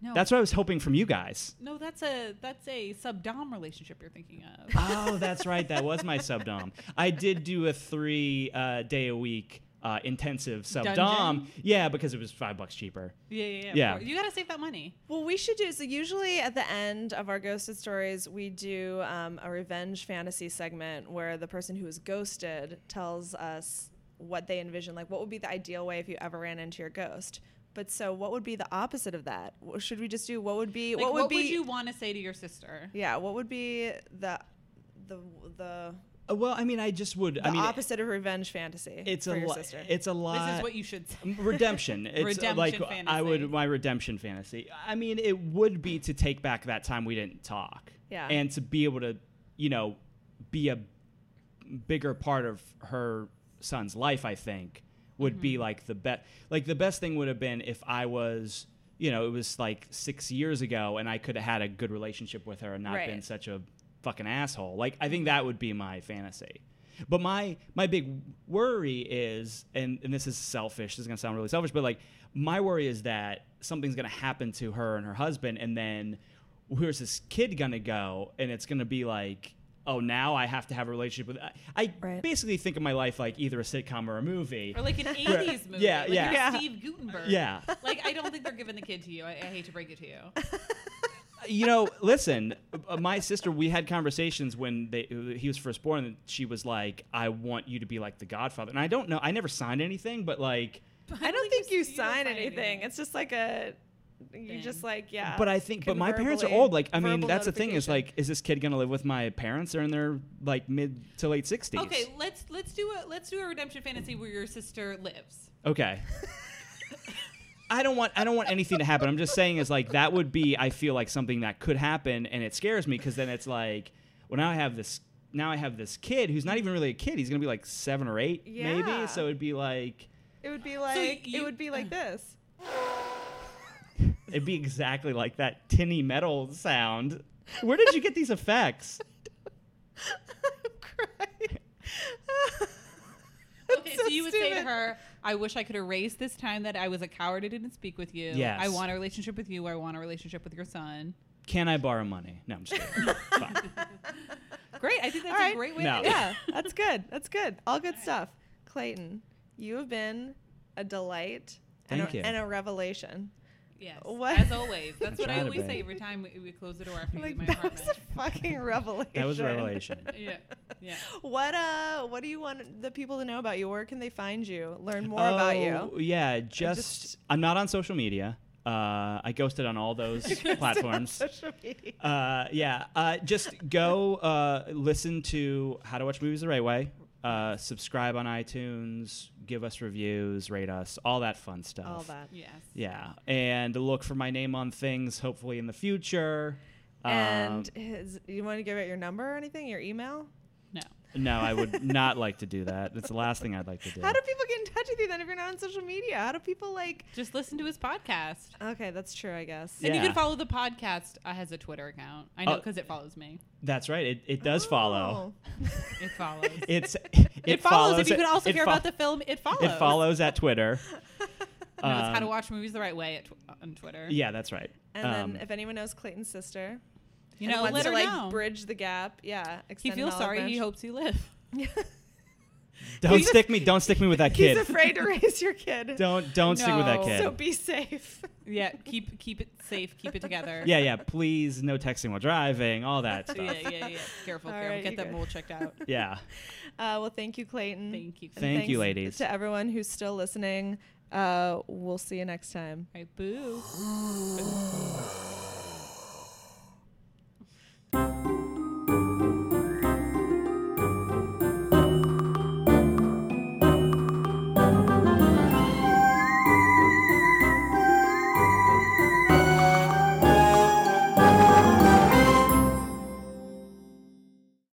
[SPEAKER 2] No.
[SPEAKER 3] That's what I was hoping from you guys."
[SPEAKER 2] no, that's a that's a sub dom relationship you're thinking of.
[SPEAKER 3] oh, that's right. That was my sub dom. I did do a three uh, day a week uh, intensive sub dom.
[SPEAKER 2] Dungeon?
[SPEAKER 3] Yeah, because it was five bucks cheaper.
[SPEAKER 2] Yeah, yeah, yeah. of
[SPEAKER 3] Yeah.
[SPEAKER 2] course. You got to save that money.
[SPEAKER 1] Well, we should do so. Usually, at the end of our ghosted stories, we do um, a revenge fantasy segment where the person who was ghosted tells us what they envision, like what would be the ideal way if you ever ran into your ghost. But so, what would be the opposite of that? Wh- Should we just do what would be
[SPEAKER 2] Like,
[SPEAKER 1] what would be
[SPEAKER 2] you want to say to your sister?
[SPEAKER 1] yeah what would be the the the,
[SPEAKER 3] Uh, well, I mean, I just would.
[SPEAKER 1] the
[SPEAKER 3] I mean,
[SPEAKER 1] opposite of revenge fantasy?
[SPEAKER 3] it's
[SPEAKER 1] for
[SPEAKER 3] a
[SPEAKER 1] your
[SPEAKER 3] lot.
[SPEAKER 1] sister.
[SPEAKER 3] It's a
[SPEAKER 2] This
[SPEAKER 3] lot.
[SPEAKER 2] is what you should say.
[SPEAKER 3] redemption. It's uh,
[SPEAKER 2] Redemption
[SPEAKER 3] like I
[SPEAKER 2] fantasy.
[SPEAKER 3] would my redemption fantasy. I mean, it would be to take back that time we didn't talk.
[SPEAKER 1] Yeah.
[SPEAKER 3] And to be able to, you know, be a bigger part of her son's life, I think, would be like the best like the best thing would have been if I was you know, it was like six years ago and I could have had a good relationship with her and not
[SPEAKER 1] Right.
[SPEAKER 3] been such a fucking asshole. Like I think that would be my fantasy. But my my big worry is, and, and this is selfish. This is gonna sound really selfish, but like my worry is that something's gonna happen to her and her husband, and then where's this kid gonna go? And it's gonna be like, oh, now I have to have a relationship with. I, I
[SPEAKER 1] Right.
[SPEAKER 3] basically think of my life like either a sitcom or a movie.
[SPEAKER 2] Or like an 80s movie.
[SPEAKER 3] Yeah,
[SPEAKER 2] like
[SPEAKER 3] yeah.
[SPEAKER 2] your
[SPEAKER 1] Yeah.
[SPEAKER 2] Steve Gutenberg.
[SPEAKER 3] Yeah.
[SPEAKER 2] Like, I don't think they're giving the kid to you. I, I hate to break it to you.
[SPEAKER 3] you know, listen, uh, my sister, we had conversations when they, uh, he was first born, and she was like, I want you to be like the godfather. And I don't know, I never signed anything, but like,
[SPEAKER 1] I don't think you,
[SPEAKER 2] don't
[SPEAKER 1] sign anything. It's just like a you just like yeah.
[SPEAKER 3] but I think, but my parents are
[SPEAKER 1] verbally-
[SPEAKER 3] old. Like, I mean,
[SPEAKER 1] verbal
[SPEAKER 3] that's the thing is
[SPEAKER 1] notification.
[SPEAKER 3] like, is this kid going to live with my parents? They're in their like mid to late 60s.
[SPEAKER 2] Okay, let's let's do a let's do a redemption fantasy where your sister lives.
[SPEAKER 3] Okay. I don't want I don't want anything to happen. I'm just saying is like that would be I feel like something that could happen and it scares me because then it's like well now I have this now I have this kid who's not even really a kid. He's going to be like 7 or 8
[SPEAKER 1] Yeah.
[SPEAKER 3] maybe. So it'd be like
[SPEAKER 1] It would be like it
[SPEAKER 2] you-
[SPEAKER 1] would be like this.
[SPEAKER 3] it'd be exactly like that tinny metal sound. Where did you get these effects?
[SPEAKER 1] I'm crying.
[SPEAKER 2] Okay, so, you would say to her, I wish I could erase this time that I was a coward and didn't speak with you.
[SPEAKER 3] Yes.
[SPEAKER 2] I want a relationship with you. I want a relationship with your son.
[SPEAKER 3] Can I borrow money? No, I'm just kidding. Fine.
[SPEAKER 2] Great. I think that's
[SPEAKER 1] All right.
[SPEAKER 2] a great way
[SPEAKER 3] No.
[SPEAKER 2] to
[SPEAKER 1] Yeah, that's good. That's good. All good stuff. Clayton, you have been a delight and,
[SPEAKER 3] Thank
[SPEAKER 1] a,
[SPEAKER 3] you.
[SPEAKER 1] and a revelation.
[SPEAKER 2] Yes.
[SPEAKER 1] What-
[SPEAKER 2] As always. That's what I
[SPEAKER 3] trying to
[SPEAKER 2] always
[SPEAKER 3] be.
[SPEAKER 2] say every time we, we close the door after you leave
[SPEAKER 1] Like
[SPEAKER 2] my
[SPEAKER 1] that was
[SPEAKER 2] apartment.
[SPEAKER 1] a fucking revelation.
[SPEAKER 3] That was a revelation.
[SPEAKER 2] yeah. Yeah.
[SPEAKER 1] What uh what do you want the people to know about you? Where can they find you? Learn more about you.
[SPEAKER 3] Oh, Yeah, just, I'm not on social media. Uh, I ghosted on all those platforms.
[SPEAKER 1] Social media.
[SPEAKER 3] Uh, yeah, uh, just go uh, listen to How to Watch Movies the Right Way. Uh, subscribe on iTunes, give us reviews, rate us, all that fun stuff.
[SPEAKER 1] All that.
[SPEAKER 2] Yes.
[SPEAKER 3] Yeah, and look for my name on things. Hopefully in the future. Um,
[SPEAKER 1] and his, you want to give out your number or anything? Your email?
[SPEAKER 2] No.
[SPEAKER 3] No, I would not like to do that. That's the last thing I'd like to do.
[SPEAKER 1] How do people get in touch with you then if you're not on social media? How do people like?
[SPEAKER 2] Just listen to his podcast.
[SPEAKER 1] Okay, that's true, I guess.
[SPEAKER 2] And you
[SPEAKER 3] Yeah.
[SPEAKER 2] can follow the podcast. Uh, has a Twitter account. I know
[SPEAKER 3] Oh.
[SPEAKER 2] because it follows me.
[SPEAKER 3] That's right. It, it
[SPEAKER 1] Oh.
[SPEAKER 3] does follow.
[SPEAKER 2] It follows. Oh. it,
[SPEAKER 3] It's it,
[SPEAKER 2] follows. If you
[SPEAKER 3] it-
[SPEAKER 2] can also
[SPEAKER 3] it
[SPEAKER 2] care
[SPEAKER 3] fo-
[SPEAKER 2] about the film, it follows.
[SPEAKER 3] It follows at Twitter.
[SPEAKER 2] No, it's how to
[SPEAKER 3] Um,
[SPEAKER 2] watch movies the right way at tw- on Twitter.
[SPEAKER 3] Yeah, that's right.
[SPEAKER 1] And
[SPEAKER 3] Um,
[SPEAKER 1] then if anyone knows Clayton's sister,
[SPEAKER 2] You
[SPEAKER 1] and
[SPEAKER 2] know,
[SPEAKER 1] wants
[SPEAKER 2] let
[SPEAKER 1] to
[SPEAKER 2] her
[SPEAKER 1] like
[SPEAKER 2] know.
[SPEAKER 1] bridge the gap. Yeah,
[SPEAKER 2] he
[SPEAKER 1] extend an
[SPEAKER 2] feels
[SPEAKER 1] olive
[SPEAKER 2] sorry. He
[SPEAKER 1] branch.
[SPEAKER 2] hopes you live.
[SPEAKER 3] don't
[SPEAKER 1] he's a-
[SPEAKER 3] stick me. Don't stick me with that
[SPEAKER 1] He's
[SPEAKER 3] kid.
[SPEAKER 1] afraid to raise your kid.
[SPEAKER 3] Don't don't stick with that
[SPEAKER 2] No.
[SPEAKER 3] kid.
[SPEAKER 1] So be safe.
[SPEAKER 2] Yeah, keep keep it safe. Keep it together.
[SPEAKER 3] yeah, yeah. Please, no texting while driving. All that stuff.
[SPEAKER 2] yeah,
[SPEAKER 3] yeah.
[SPEAKER 2] yeah, yeah. yeah. Careful,
[SPEAKER 1] All
[SPEAKER 2] careful.
[SPEAKER 1] right, you
[SPEAKER 2] Get that
[SPEAKER 1] guys.
[SPEAKER 2] mole checked out.
[SPEAKER 1] Uh, well, thank you, Clayton.
[SPEAKER 2] Thank you.
[SPEAKER 1] And
[SPEAKER 3] Thank you,
[SPEAKER 1] thanks
[SPEAKER 3] ladies.
[SPEAKER 1] To everyone who's still listening, uh, we'll see you next time.
[SPEAKER 2] All right, boo.